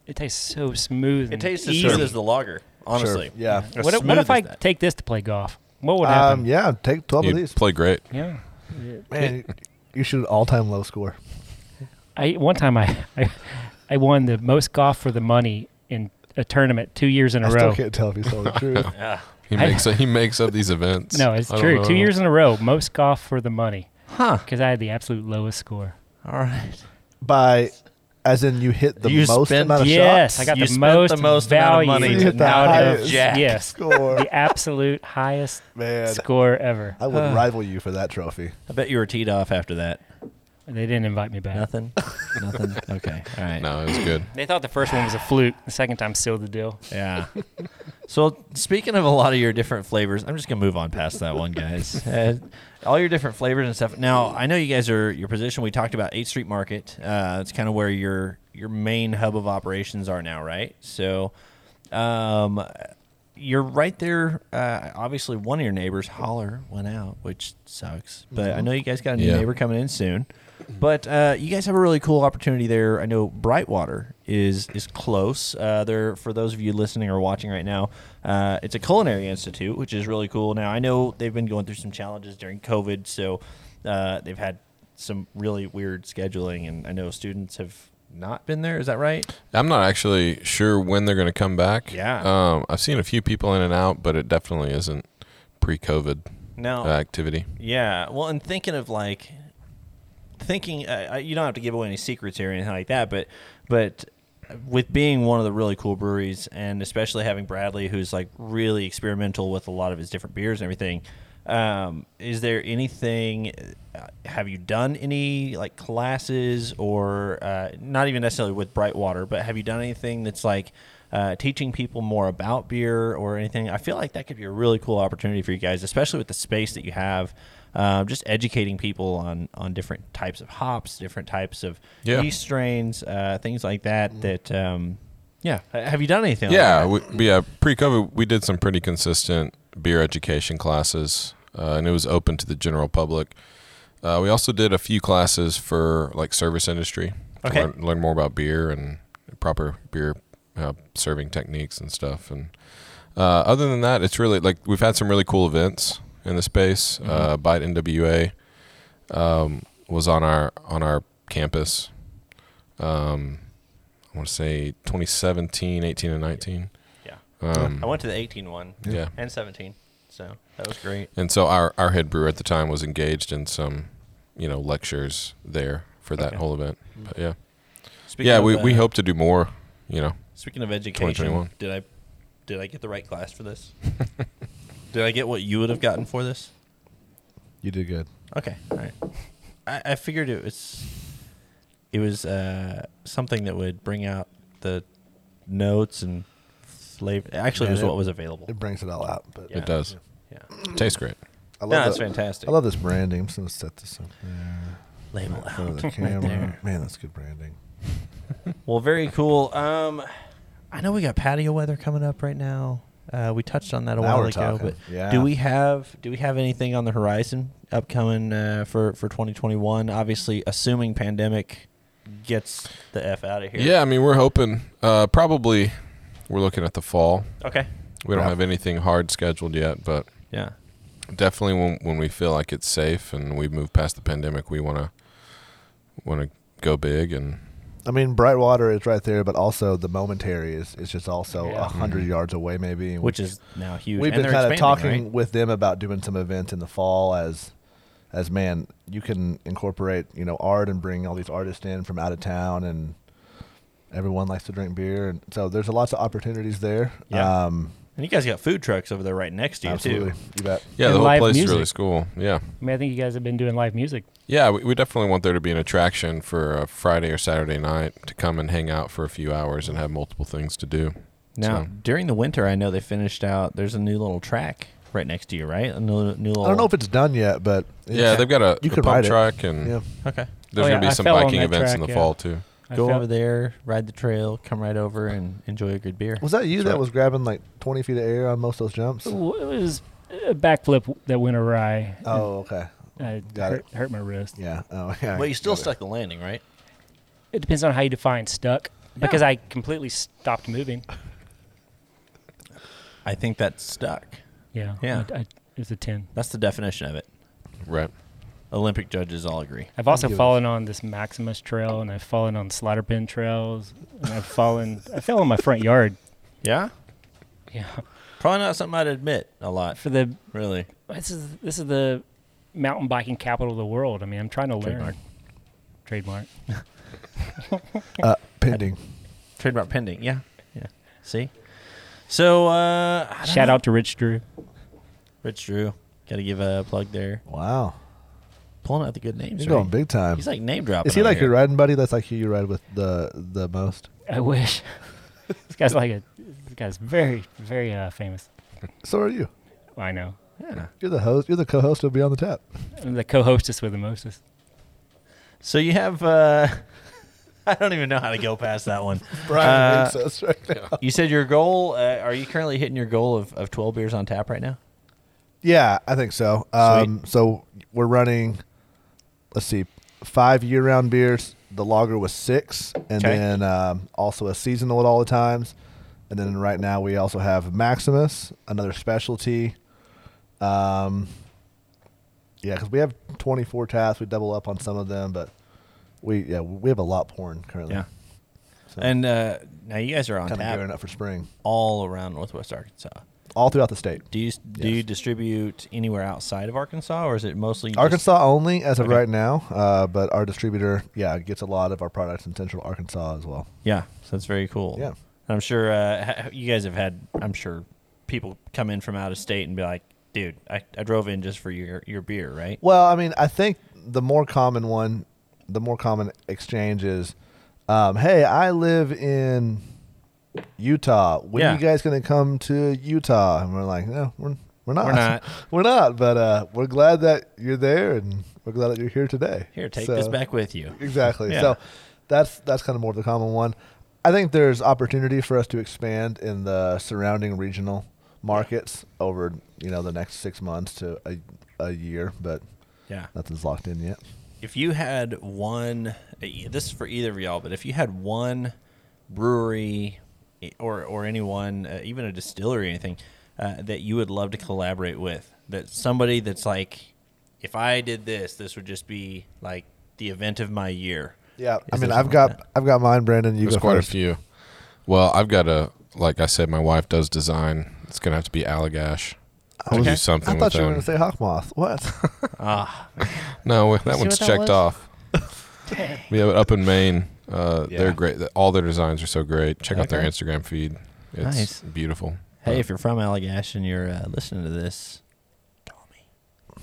Speaker 2: it tastes so smooth.
Speaker 1: It
Speaker 2: and
Speaker 1: tastes
Speaker 2: easy.
Speaker 1: as good as the lager, honestly.
Speaker 4: Sure. Yeah.
Speaker 1: As
Speaker 2: What, if-
Speaker 1: smooth
Speaker 2: what if
Speaker 1: as
Speaker 2: I
Speaker 1: that.
Speaker 2: take this to play golf? What would happen?
Speaker 4: Um, yeah, take 12 of
Speaker 3: You
Speaker 4: these.
Speaker 3: play great.
Speaker 2: yeah.
Speaker 4: Man, you- you shoot an all time low score.
Speaker 2: I one time I, I, I won the most golf for the money in a tournament two years in a
Speaker 4: I
Speaker 2: row.
Speaker 4: still can't tell if he's telling the truth.
Speaker 3: He
Speaker 2: I-
Speaker 3: makes he makes up these events.
Speaker 2: No, it's
Speaker 3: I don't
Speaker 2: true.
Speaker 3: know.
Speaker 2: Two years in a row, most golf for the money
Speaker 1: Huh.
Speaker 2: because I had the absolute lowest score.
Speaker 1: All right.
Speaker 4: By, as in you hit the
Speaker 1: You
Speaker 4: most
Speaker 1: spent-
Speaker 4: amount of
Speaker 2: yes,
Speaker 4: shots.
Speaker 2: I got
Speaker 1: You
Speaker 2: the
Speaker 1: spent the
Speaker 2: most,
Speaker 1: most amount of
Speaker 2: value
Speaker 1: money
Speaker 4: You hit the
Speaker 2: out of
Speaker 4: highest
Speaker 1: jack.
Speaker 2: yes,
Speaker 4: score.
Speaker 2: the absolute highest
Speaker 4: Man,
Speaker 2: score ever.
Speaker 4: I would rival you for that trophy.
Speaker 1: I bet you were teed off after that.
Speaker 2: They didn't invite me back.
Speaker 1: Nothing. Nothing. Okay. All right.
Speaker 3: No, it was good.
Speaker 2: They thought the first one was a fluke. The second time sealed the deal.
Speaker 1: Yeah. so speaking of a lot of your different flavors, I'm just gonna move on past that one, guys. Uh, all your different flavors and stuff. Now I know you guys are your position. We talked about 8th Street Market. Uh, it's kind of where your your main hub of operations are now, right? So, um, you're right there. Uh, obviously, one of your neighbors, Holler, went out, which sucks. But I know you guys got a new
Speaker 3: Yeah.
Speaker 1: neighbor coming in soon. But uh, you guys have a really cool opportunity there. I know Brightwater is is close. Uh, there for those of you listening or watching right now, uh, it's a culinary institute, which is really cool. Now I know they've been going through some challenges during COVID, so uh, they've had some really weird scheduling, and I know students have not been there. Is that right?
Speaker 3: I'm not actually sure when they're going to come back.
Speaker 1: Yeah.
Speaker 3: Um, I've seen a few people in and out, but it definitely isn't pre-COVID
Speaker 1: No.
Speaker 3: uh, activity.
Speaker 1: Yeah. Well, and thinking of like thinking, uh, uh, you don't have to give away any secrets here or anything like that, but but with being one of the really cool breweries, and especially having Bradley, who's like really experimental with a lot of his different beers and everything. Um, is there anything? uh, Have you done any like classes or uh, not even necessarily with Brightwater, but have you done anything that's like uh, teaching people more about beer or anything. I feel like that could be a really cool opportunity for you guys, especially with the space that you have. Um, just educating people on on different types of hops, different types of
Speaker 3: Yeah.
Speaker 1: yeast strains, uh, things like that. That um, yeah, H- have you done anything?
Speaker 3: Yeah,
Speaker 1: like
Speaker 3: we, yeah. Pre-COVID, we did some pretty consistent beer education classes, uh, and it was open to the general public. Uh, we also did a few classes for like service industry to
Speaker 1: Okay.
Speaker 3: learn, learn more about beer and proper beer uh, serving techniques and stuff. And uh, other than that, it's really like we've had some really cool events in the space.
Speaker 1: Mm-hmm.
Speaker 3: Uh, Bite NWA um, was on our on our campus. Um, I want to say 2017, 18, and 19.
Speaker 1: that? yeah.
Speaker 3: Um,
Speaker 1: I went to the 18 one,
Speaker 3: Yeah.
Speaker 1: and 17, so that was great.
Speaker 3: And so our, our head brewer at the time was engaged in some, you know, lectures there for that
Speaker 1: Okay. Mm-hmm.
Speaker 3: whole event. But yeah.
Speaker 1: Speaking
Speaker 3: yeah,
Speaker 1: of,
Speaker 3: we, we
Speaker 1: uh,
Speaker 3: hope to do more, you know.
Speaker 1: Speaking of education,
Speaker 3: 2021.
Speaker 1: did I did I get the right class for this? did I get what you would have gotten for this?
Speaker 4: You did good.
Speaker 1: Okay. All right. I, I figured it was it was uh, something that would bring out the notes and flavor. Actually, it
Speaker 4: Yeah,
Speaker 1: was
Speaker 4: it-
Speaker 1: what was available.
Speaker 4: It brings it all out, but
Speaker 1: Yeah.
Speaker 3: It does.
Speaker 1: Yeah.
Speaker 3: Tastes great.
Speaker 4: I love
Speaker 1: No, that's
Speaker 4: that-
Speaker 1: fantastic.
Speaker 4: I love this branding. I'm just gonna set this up there
Speaker 1: label
Speaker 4: in front of
Speaker 1: out.
Speaker 4: the camera.
Speaker 1: there.
Speaker 4: Man, that's good branding.
Speaker 1: Well, very cool. Um, I know we got patio weather coming up right now. Uh, we touched on that a
Speaker 4: Now
Speaker 1: while
Speaker 4: we're
Speaker 1: ago,
Speaker 4: talking.
Speaker 1: but
Speaker 4: Yeah.
Speaker 1: do we have do we have anything on the horizon upcoming uh, for for 2021? Obviously, assuming pandemic gets the f out of here.
Speaker 3: Yeah, I mean, we're hoping uh, probably we're looking at the fall.
Speaker 1: Okay.
Speaker 3: We don't
Speaker 4: Yeah.
Speaker 3: have anything hard scheduled yet, but
Speaker 1: Yeah.
Speaker 3: definitely when, when we feel like it's safe and we move past the pandemic, we want to want to go big and
Speaker 4: I mean, Brightwater is right there, but also the momentary is, is just also a
Speaker 2: Yeah.
Speaker 4: 100 yards away, maybe. and
Speaker 1: Mm-hmm. which is now huge.
Speaker 4: we've
Speaker 1: And
Speaker 4: been
Speaker 1: they're
Speaker 4: kind of
Speaker 1: expanding,
Speaker 4: talking
Speaker 1: right?
Speaker 4: with them about doing some events in the fall as as man you can incorporate you know art and bring all these artists in from out of town and everyone likes to drink beer and so there's lots of opportunities there
Speaker 1: Yeah.
Speaker 4: um
Speaker 1: and you guys got food trucks over there right next to you
Speaker 4: absolutely
Speaker 1: too.
Speaker 4: you bet
Speaker 3: yeah,
Speaker 2: And
Speaker 3: the whole
Speaker 2: live
Speaker 3: place is
Speaker 2: music.
Speaker 3: really cool. Yeah.
Speaker 2: I mean, I think you guys have been doing live music.
Speaker 3: Yeah, we, we definitely want there to be an attraction for a Friday or Saturday night to come and hang out for a few hours and have multiple things to do.
Speaker 1: Now
Speaker 3: So-
Speaker 1: during the winter, I know they finished out. There's a new little track right next to you, right? A new, new little.
Speaker 4: i don't know if it's done yet but
Speaker 3: yeah, they've got a,
Speaker 4: you
Speaker 3: a
Speaker 4: could
Speaker 3: pump
Speaker 4: ride it.
Speaker 3: track, and
Speaker 1: Mm.
Speaker 4: yeah
Speaker 1: okay.
Speaker 3: there's
Speaker 2: Oh,
Speaker 3: going to
Speaker 2: yeah,
Speaker 3: be
Speaker 2: I
Speaker 3: some
Speaker 2: fell on
Speaker 3: biking
Speaker 2: that
Speaker 3: events in the
Speaker 2: track, yeah.
Speaker 3: fall too.
Speaker 2: I
Speaker 1: Go
Speaker 2: felt-
Speaker 1: over there, ride the trail, come right over and enjoy a good beer.
Speaker 4: was that you
Speaker 3: That's
Speaker 4: that
Speaker 3: right.
Speaker 4: was grabbing like 20 feet of air on most of those jumps
Speaker 2: It was a backflip that went awry.
Speaker 4: oh okay
Speaker 2: I
Speaker 4: got
Speaker 2: hurt, hurt my wrist.
Speaker 4: yeah oh yeah
Speaker 1: Well, you still
Speaker 4: Got it.
Speaker 1: stuck the landing, right?
Speaker 2: It depends on how you define stuck, because I completely stopped moving.
Speaker 1: I think that's stuck.
Speaker 2: Yeah.
Speaker 1: Yeah.
Speaker 2: I, I, it's a 10.
Speaker 1: That's the definition of it.
Speaker 3: Right.
Speaker 1: Olympic judges all agree.
Speaker 2: I've also
Speaker 4: give it-
Speaker 2: fallen on this Maximus trail, and I've fallen on slider pin trails, and I've fallen. I fell in my front yard.
Speaker 1: Yeah,
Speaker 2: Yeah.
Speaker 1: probably not something I'd admit a lot.
Speaker 2: For the
Speaker 1: Really,
Speaker 2: this is this is the mountain biking capital of the world. I mean, I'm trying to learn.
Speaker 1: Trademark.
Speaker 2: Trademark.
Speaker 4: uh pending
Speaker 1: trademark pending. Yeah, yeah. See, so uh, I don't
Speaker 2: Shout
Speaker 1: know.
Speaker 2: out to Rich Drew.
Speaker 1: Rich Drew. Got to give a plug there.
Speaker 4: wow
Speaker 1: Pulling out the good names.
Speaker 4: you're
Speaker 1: right?
Speaker 4: going big time
Speaker 1: He's like name dropping.
Speaker 4: is he
Speaker 1: over
Speaker 4: like
Speaker 1: here.
Speaker 4: your riding buddy that's like who you ride with the the most
Speaker 2: I wish. this guy's like a. This guy's very very uh, famous.
Speaker 4: so are you
Speaker 2: I know.
Speaker 1: Yeah.
Speaker 4: You're the host. You're the co-host of Beyond the Tap.
Speaker 2: I'm the co-hostess with the mostest.
Speaker 1: So you have. Uh, I don't even know how to go past that one.
Speaker 4: Brian
Speaker 1: Uh,
Speaker 4: Princess right now.
Speaker 1: You said your goal. Uh, are you currently hitting your goal of, of twelve beers on tap right now?
Speaker 4: Yeah, I think so. Um, so we're running. Let's see, five year-round beers. The lager was six, and
Speaker 1: Okay.
Speaker 4: then um, also a seasonal at all the times. And then right now we also have Maximus, another specialty. Um, Yeah, because we have 24 tasks. We double up on some of them, but we yeah we have a lot pouring currently.
Speaker 1: Yeah.
Speaker 4: So
Speaker 1: And uh, now you guys are on
Speaker 4: kind of gearing
Speaker 1: tap
Speaker 4: up for spring,
Speaker 1: all around Northwest Arkansas.
Speaker 4: all throughout the state.
Speaker 1: Do you do you distribute anywhere outside of Arkansas, or is it mostly just-
Speaker 4: Arkansas only as of
Speaker 1: Okay.
Speaker 4: right now, uh, but our distributor yeah gets a lot of our products in Central Arkansas as well.
Speaker 1: Yeah, so that's very cool.
Speaker 4: Yeah.
Speaker 1: And I'm sure uh, ha- you guys have had. I'm sure people come in from out of state and be like, "Dude, I, I drove in just for your your beer, right?"
Speaker 4: Well, I mean, I think the more common one, the more common exchange is, um, hey, I live in Utah. When
Speaker 1: Yeah.
Speaker 4: are you guys going to come to Utah? And we're like, no, we're, we're not.
Speaker 1: We're not.
Speaker 4: We're not, But uh, we're glad that you're there and we're glad that you're here today.
Speaker 1: Here, take
Speaker 4: So-
Speaker 1: this back with you.
Speaker 4: Exactly.
Speaker 1: Yeah.
Speaker 4: So that's that's kind of more of the common one. I think there's opportunity for us to expand in the surrounding regional markets over you know the next six months to a, a year, but
Speaker 1: Yeah.
Speaker 4: nothing's locked in yet.
Speaker 1: If you had one, uh, this is for either of y'all, but if you had one brewery or or anyone, uh, even a distillery, or anything uh, that you would love to collaborate with, that somebody that's like, if I did this, this would just be like the event of my year.
Speaker 4: Yeah, I
Speaker 1: Is
Speaker 4: mean,
Speaker 1: there
Speaker 4: I've
Speaker 1: something
Speaker 4: got
Speaker 1: like
Speaker 4: I've got mine, Brandon. You
Speaker 3: There's
Speaker 4: go
Speaker 3: quite
Speaker 4: first.
Speaker 3: a few. Well, I've got a like I said, my wife does design. It's gonna have to be Allagash.
Speaker 4: I
Speaker 3: To
Speaker 4: was-
Speaker 3: do something
Speaker 4: I thought
Speaker 3: with
Speaker 4: you were
Speaker 3: them.
Speaker 4: going to say Hawkmoth. What?
Speaker 1: Ah,
Speaker 3: No, that one's
Speaker 2: what that
Speaker 3: checked
Speaker 2: was?
Speaker 3: off. yeah, but up in Maine, uh,
Speaker 4: Yeah.
Speaker 3: they're great. All their designs are so great. Check out their
Speaker 1: Okay.
Speaker 3: Instagram feed. It's
Speaker 1: Nice.
Speaker 3: beautiful.
Speaker 1: hey, if you're from Allegash and you're uh, listening to this, call me.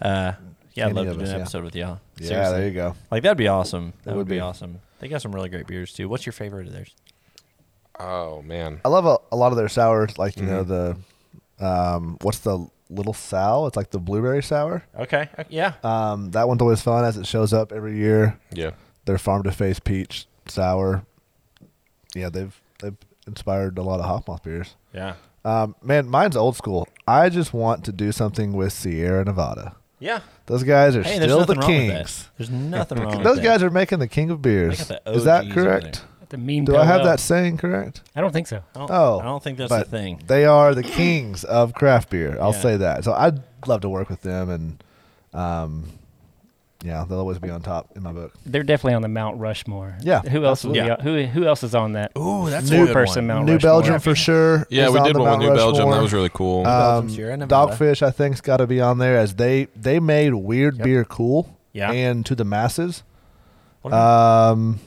Speaker 1: Uh, yeah, I'd
Speaker 4: Any
Speaker 1: love to
Speaker 4: of
Speaker 1: do
Speaker 4: us,
Speaker 1: an
Speaker 4: yeah.
Speaker 1: episode with y'all.
Speaker 4: yeah,
Speaker 1: Seriously.
Speaker 4: there you go.
Speaker 1: Like that'd be awesome. That
Speaker 4: would
Speaker 1: would be,
Speaker 4: be.
Speaker 1: awesome. They got some really great beers too. What's your favorite of theirs?
Speaker 3: But- oh man,
Speaker 4: I love a, a lot of their sours, like you know
Speaker 3: Mm-hmm.
Speaker 4: the um, what's the little sour? It's like the blueberry sour.
Speaker 1: Okay. uh, Yeah.
Speaker 4: Um, that one's always fun as it shows up every year.
Speaker 3: yeah.
Speaker 4: Their farm to face peach sour. Yeah, they've they've inspired a lot of Hawkmoth beers.
Speaker 1: Yeah.
Speaker 4: Um, man, mine's old school. I just want to do something with Sierra Nevada.
Speaker 1: Yeah.
Speaker 4: Those guys are
Speaker 1: Hey, there's
Speaker 4: still the
Speaker 1: nothing wrong with
Speaker 4: kings.
Speaker 1: that. There's nothing wrong.
Speaker 4: Those
Speaker 1: with
Speaker 4: guys
Speaker 1: that.
Speaker 4: are making the king of beers.
Speaker 1: They got the
Speaker 4: Is that
Speaker 1: OGs over there.
Speaker 4: correct?
Speaker 2: The mean
Speaker 4: Do I have
Speaker 2: parallel.
Speaker 4: that saying correct?
Speaker 2: I don't think so.
Speaker 1: I don't,
Speaker 4: Oh,
Speaker 1: I don't think that's the
Speaker 4: But
Speaker 1: thing.
Speaker 4: They are the kings of craft beer. I'll
Speaker 1: Yeah.
Speaker 4: say that. So I'd love to work with them, and um, yeah, they'll always be on top in my book.
Speaker 2: They're definitely on the Mount Rushmore.
Speaker 4: Yeah,
Speaker 2: Who else? Would be
Speaker 1: absolutely.
Speaker 2: on- who who else is on that?
Speaker 1: Ooh, that's
Speaker 2: new person Mount
Speaker 4: New
Speaker 2: Rushmore?
Speaker 4: Belgium for sure.
Speaker 3: Yeah,
Speaker 4: is
Speaker 3: we
Speaker 4: on
Speaker 3: did
Speaker 4: the
Speaker 3: one with New
Speaker 4: Mount
Speaker 3: Belgium. That
Speaker 4: Rushmore.
Speaker 3: was really cool.
Speaker 1: Belgium, Sierra
Speaker 4: Um,
Speaker 1: Nevada.
Speaker 4: Dogfish, I think's got to be on there as they they made weird beer cool
Speaker 1: Yeah.
Speaker 4: and to the masses.
Speaker 1: What
Speaker 4: Um,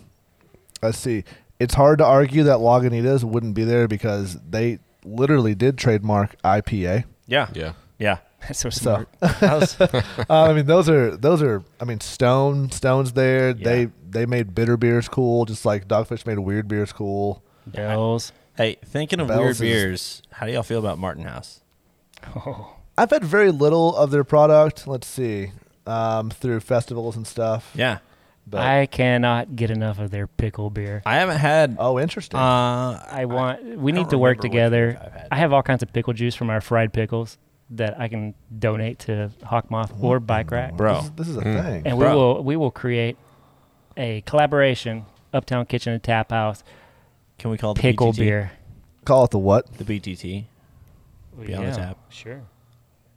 Speaker 4: let's see. It's hard to argue that Lagunitas wouldn't be there because they literally did trademark IPA.
Speaker 1: Yeah.
Speaker 3: yeah,
Speaker 1: Yeah.
Speaker 2: That's so
Speaker 4: So
Speaker 2: smart.
Speaker 1: That was-
Speaker 4: uh, I mean, those are those are. I mean, Stone Stone's there. They they made bitter beers cool, just like Dogfish made weird beers cool.
Speaker 2: Bells.
Speaker 1: hey, thinking of
Speaker 4: Bells
Speaker 1: weird
Speaker 4: is-
Speaker 1: beers, how do y'all feel about Martin House?
Speaker 2: Oh,
Speaker 4: I've had very little of their product. Let's see, um, through festivals and stuff.
Speaker 1: Yeah.
Speaker 4: But
Speaker 2: I cannot get enough of their pickle beer.
Speaker 1: I haven't had.
Speaker 4: oh, interesting.
Speaker 1: uh,
Speaker 2: I want. we
Speaker 1: I
Speaker 2: need
Speaker 1: don't
Speaker 2: to work
Speaker 1: remember which
Speaker 2: together.
Speaker 1: ones I've had.
Speaker 2: I have all kinds of pickle juice from our fried pickles that I can donate to Hawk Moth or Bike Rack,
Speaker 1: Bro.
Speaker 4: this is, this is a
Speaker 3: Mm.
Speaker 4: thing.
Speaker 2: and we
Speaker 1: Bro.
Speaker 2: will we will create a collaboration. Uptown Kitchen and Tap House
Speaker 1: Can we call it the
Speaker 2: pickle
Speaker 1: BTT?
Speaker 2: beer.
Speaker 4: Call it the what?
Speaker 1: The BTT. Be on the tap.
Speaker 2: Sure.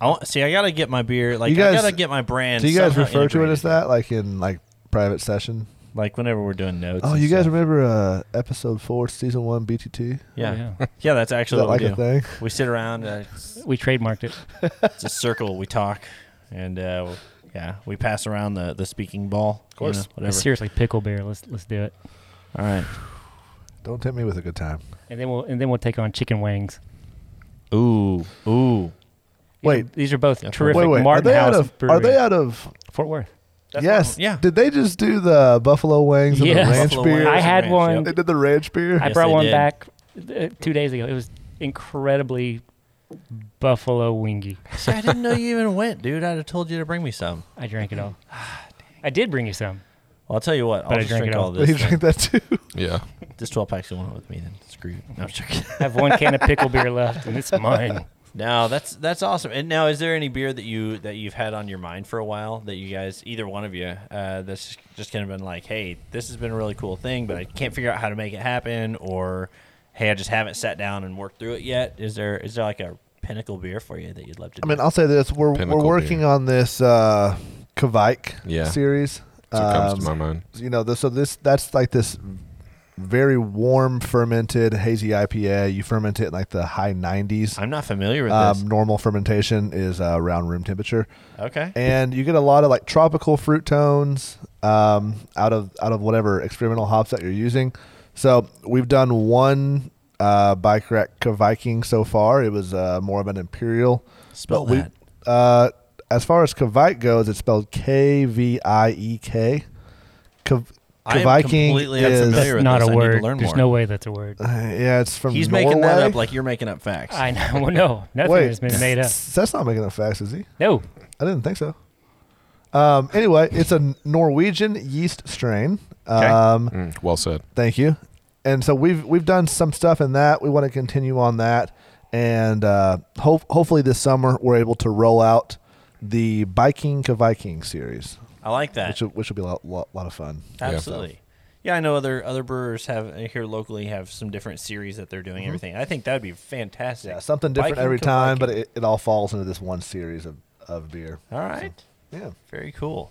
Speaker 1: I want, see, I gotta get my beer. Like,
Speaker 4: You guys-
Speaker 1: I gotta get my brand.
Speaker 4: Do you guys
Speaker 1: somehow
Speaker 4: refer to it
Speaker 1: integrated.
Speaker 4: as that, like in like private session?
Speaker 1: Like whenever we're doing notes.
Speaker 4: Oh,
Speaker 1: and
Speaker 4: you guys
Speaker 1: stuff.
Speaker 4: remember uh, episode four, season one, BTT? Is
Speaker 1: Yeah,
Speaker 2: Oh, yeah.
Speaker 1: yeah. that's actually
Speaker 4: that
Speaker 1: what
Speaker 4: like
Speaker 1: we
Speaker 4: a
Speaker 1: do.
Speaker 4: thing?
Speaker 1: We sit around. Uh, it's,
Speaker 2: We trademarked it.
Speaker 1: it's a circle. We talk, and uh, we- yeah, we pass around the, the speaking ball. Of
Speaker 4: course.
Speaker 1: whatever.
Speaker 2: Seriously, pickle beer. Let's let's do it.
Speaker 1: All right.
Speaker 4: Don't tempt me with a good time.
Speaker 2: And then we'll and then we'll take on chicken wings.
Speaker 1: Ooh, ooh.
Speaker 2: These are-
Speaker 4: Wait.
Speaker 2: these are both
Speaker 1: Yeah.
Speaker 2: terrific.
Speaker 4: wait, wait.
Speaker 2: Martin
Speaker 4: are they
Speaker 2: House
Speaker 4: out of?
Speaker 2: Brewery.
Speaker 4: Are they out of?
Speaker 2: Fort Worth?
Speaker 1: That's
Speaker 4: yes.
Speaker 1: what- yeah.
Speaker 4: Did they just do the buffalo wings and
Speaker 2: Yes.
Speaker 4: the ranch
Speaker 1: Buffalo
Speaker 4: beer?
Speaker 1: Wings
Speaker 2: I had
Speaker 1: Ranch,
Speaker 2: one.
Speaker 1: yep.
Speaker 4: They did the ranch beer.
Speaker 2: I
Speaker 1: Yes,
Speaker 2: brought
Speaker 1: they
Speaker 2: one
Speaker 1: did.
Speaker 2: back uh, two days ago. It was incredibly buffalo wingy.
Speaker 1: See, I didn't know you even went, dude. I'd have told you to bring me some.
Speaker 2: I drank it all.
Speaker 1: Ah,
Speaker 2: I did bring you some.
Speaker 1: Well, I'll tell you what. I'll
Speaker 2: I
Speaker 1: just
Speaker 2: drank
Speaker 1: drink
Speaker 2: it
Speaker 1: all
Speaker 2: all.
Speaker 1: this.
Speaker 4: they
Speaker 1: then.
Speaker 4: drink that too.
Speaker 3: yeah.
Speaker 1: This twelve pack's the one with me. Then screw you. No, I'm joking.
Speaker 2: I have one can of pickle beer left, and it's mine.
Speaker 1: No, that's that's awesome. And now, is there any beer that you that you've had on your mind for a while that you guys, either one of you, uh, that's just kind of been like, hey, this has been a really cool thing, but I can't figure out how to make it happen, or hey, I just haven't sat down and worked through it yet. Is there is there like a pinnacle beer for you that you'd love to?
Speaker 4: I
Speaker 1: do?
Speaker 4: mean, I'll say this: we're
Speaker 3: Pinnacle
Speaker 4: we're working
Speaker 3: beer.
Speaker 4: on this uh, Kvike
Speaker 3: Yeah.
Speaker 4: series.
Speaker 3: That's what comes to
Speaker 4: Um,
Speaker 3: my mind.
Speaker 4: you know, this, so this that's like this very warm fermented hazy IPA. You ferment it in like the high 90s.
Speaker 1: I'm not familiar with
Speaker 4: Um, normal fermentation is uh, around room temperature,
Speaker 1: this. Okay,
Speaker 4: and you get a lot of like tropical fruit tones um, out of out of whatever experimental hops that you're using. So we've done one uh, bike rack Viking so far. It was uh, more of an imperial.
Speaker 1: Spell
Speaker 4: But we-
Speaker 1: that.
Speaker 4: uh, as far as Kvike goes, it's spelled K V I E K. Kv-
Speaker 1: I am
Speaker 4: Kviking
Speaker 1: completely
Speaker 4: is
Speaker 1: unfamiliar
Speaker 2: That's
Speaker 1: with
Speaker 2: not
Speaker 1: this. I need
Speaker 2: a
Speaker 1: to
Speaker 2: word.
Speaker 1: learn
Speaker 2: There's
Speaker 1: more.
Speaker 2: no way that's a word.
Speaker 4: Uh, yeah, it's from
Speaker 1: he's making that
Speaker 4: Norway.
Speaker 1: up like you're making up facts.
Speaker 2: I know. Well, no, nothing
Speaker 4: Wait,
Speaker 2: has been made up.
Speaker 4: That's not making up facts, is he?
Speaker 2: No,
Speaker 4: I didn't think so. Um, anyway, it's a Norwegian yeast strain. Um,
Speaker 3: Mm, well said.
Speaker 4: Thank you. And so we've we've done some stuff in that. We want to continue on that, and uh, hope hopefully this summer we're able to roll out the Biking to Viking series,
Speaker 1: I like that.
Speaker 4: which will, which will be a lot, lot, lot of fun.
Speaker 1: Absolutely. Yeah, I know other other brewers have uh, here locally have some different series that they're doing everything. I think that would be fantastic.
Speaker 4: Mm-hmm. Yeah, something different
Speaker 1: Viking
Speaker 4: every
Speaker 1: to
Speaker 4: time, but
Speaker 1: Viking.
Speaker 4: it, it all falls into this one series of, of beer.
Speaker 1: all right.
Speaker 4: Yeah.
Speaker 1: Very cool.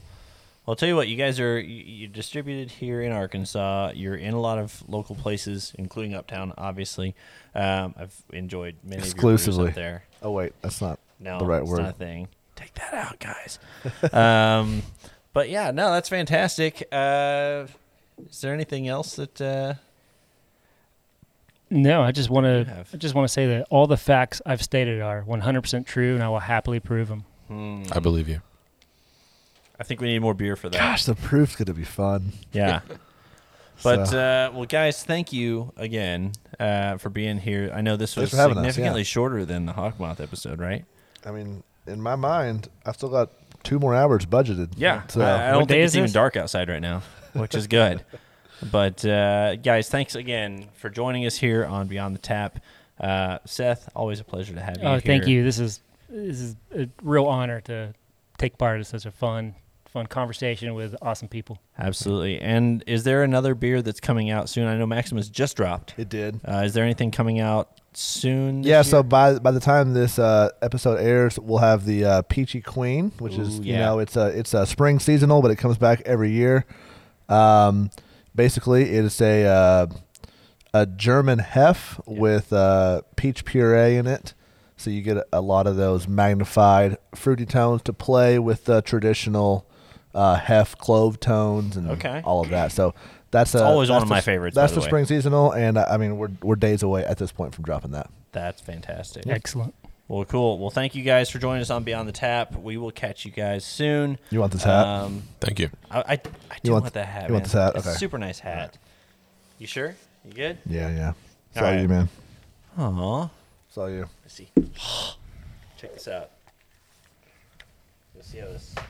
Speaker 1: Well, I'll tell you what, you guys are you, you're distributed here in Arkansas. You're in a lot of local places, including Uptown, obviously. Um, I've enjoyed many
Speaker 4: Exclusively.
Speaker 1: of your brews up there.
Speaker 4: Oh wait, that's not
Speaker 1: No,
Speaker 4: the right
Speaker 1: it's
Speaker 4: word.
Speaker 1: Not a thing. Take that out, guys. um, but yeah, no, that's fantastic. Uh, is there anything else that? Uh,
Speaker 2: no. I just want
Speaker 1: You
Speaker 2: to.
Speaker 1: have.
Speaker 2: I just want to say that all the facts I've stated are 100% true, and I will happily prove them.
Speaker 4: mm.
Speaker 3: I believe you.
Speaker 1: I think we need more beer for that.
Speaker 4: Gosh, the proof's gonna be fun.
Speaker 1: Yeah. But
Speaker 4: So-
Speaker 1: uh, well, guys, thank you again uh, for being here. I know this was
Speaker 4: Thanks for having us, yeah.
Speaker 1: significantly shorter than the Hawk Moth episode, right?
Speaker 4: I mean, in my mind, I've still got two more hours budgeted. So
Speaker 1: I, I don't
Speaker 2: What day
Speaker 1: think it's
Speaker 2: is
Speaker 1: even
Speaker 2: this?
Speaker 1: dark outside right now, which is good. but uh, guys, thanks again for joining us here on Beyond the Tap. Uh, Seth, always a pleasure to have you.
Speaker 2: Oh,
Speaker 1: here.
Speaker 2: thank you. This is this is a real honor to take part in such a fun fun conversation with awesome people.
Speaker 1: Absolutely. And is there another beer that's coming out soon? I know Maximus just dropped.
Speaker 4: it did.
Speaker 1: Uh, is there anything coming out soon? this
Speaker 4: Yeah, so
Speaker 1: year?
Speaker 4: by by the time this uh, episode airs, we'll have the uh, Peachy Queen, which is
Speaker 1: Ooh,
Speaker 4: you
Speaker 1: yeah.
Speaker 4: know it's a it's a spring seasonal, but it comes back every year. Um, basically, it is a uh, a German hef with uh, peach puree in it, so you get a lot of those magnified fruity tones to play with the traditional uh, hef clove tones and
Speaker 1: Okay.
Speaker 4: all of that. So. That's uh,
Speaker 1: always one
Speaker 4: that's
Speaker 1: of
Speaker 4: the
Speaker 1: my
Speaker 4: s-
Speaker 1: favorites, by
Speaker 4: That's
Speaker 1: the
Speaker 4: the,
Speaker 1: way.
Speaker 4: spring seasonal, and uh, I mean we're we're days away at this point from dropping that.
Speaker 1: that's fantastic.
Speaker 2: Excellent.
Speaker 1: Well, cool. Well, thank you guys for joining us on Beyond the Tap. We will catch you guys soon.
Speaker 4: You want this hat?
Speaker 1: Um,
Speaker 3: Thank you.
Speaker 1: I, I, I do want,
Speaker 4: want
Speaker 1: that
Speaker 4: th-
Speaker 1: hat.
Speaker 4: you
Speaker 1: man.
Speaker 4: want this hat?
Speaker 1: It's a
Speaker 4: Okay.
Speaker 1: super nice hat. You sure? You good?
Speaker 4: Yeah, yeah. It's
Speaker 1: All
Speaker 4: all
Speaker 1: right.
Speaker 4: you, man.
Speaker 1: Aw.
Speaker 4: It's all you.
Speaker 1: Let's see. Check this out. Let's see how this. What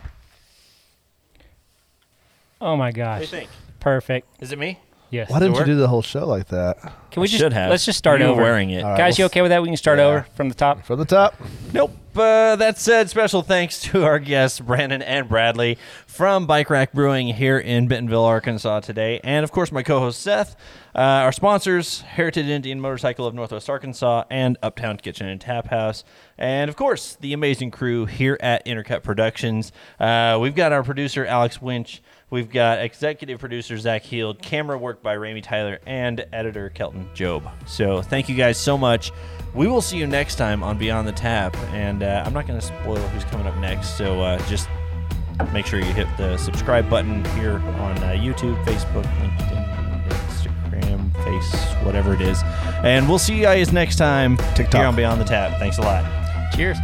Speaker 2: Oh my
Speaker 1: do you
Speaker 2: gosh.
Speaker 1: think?
Speaker 2: Perfect.
Speaker 1: Is it me?
Speaker 2: Yes.
Speaker 4: Why didn't you
Speaker 1: work?
Speaker 4: do the whole show like that?
Speaker 2: Can we just
Speaker 1: should have.
Speaker 2: let's just start
Speaker 1: You were
Speaker 2: over
Speaker 1: wearing it. All
Speaker 4: right,
Speaker 2: Guys,
Speaker 4: we'll
Speaker 2: you
Speaker 4: s-
Speaker 2: okay with that? We can start
Speaker 4: Yeah.
Speaker 2: over from the top.
Speaker 4: From the top.
Speaker 1: Nope. Uh, that said, special thanks to our guests, Brandon and Bradley from Bike Rack Brewing here in Bentonville, Arkansas today. And of course, my co host, Seth. Uh, our sponsors, Heritage Indian Motorcycle of Northwest Arkansas and Uptown Kitchen and Tap House. And of course, the amazing crew here at Intercut Productions. Uh, we've got our producer, Alex Winch. We've got executive producer Zach Heald, camera work by Ramey Tyler, and editor Kelton Job. So thank you guys so much. We will see you next time on Beyond the Tap, and uh, I'm not going to spoil who's coming up next. So uh, just make sure you hit the subscribe button here on uh, YouTube, Facebook, LinkedIn, Instagram, Face, whatever it is, and we'll see you guys next time
Speaker 4: TikTok.
Speaker 1: here on Beyond the Tap. Thanks a lot.
Speaker 2: Cheers.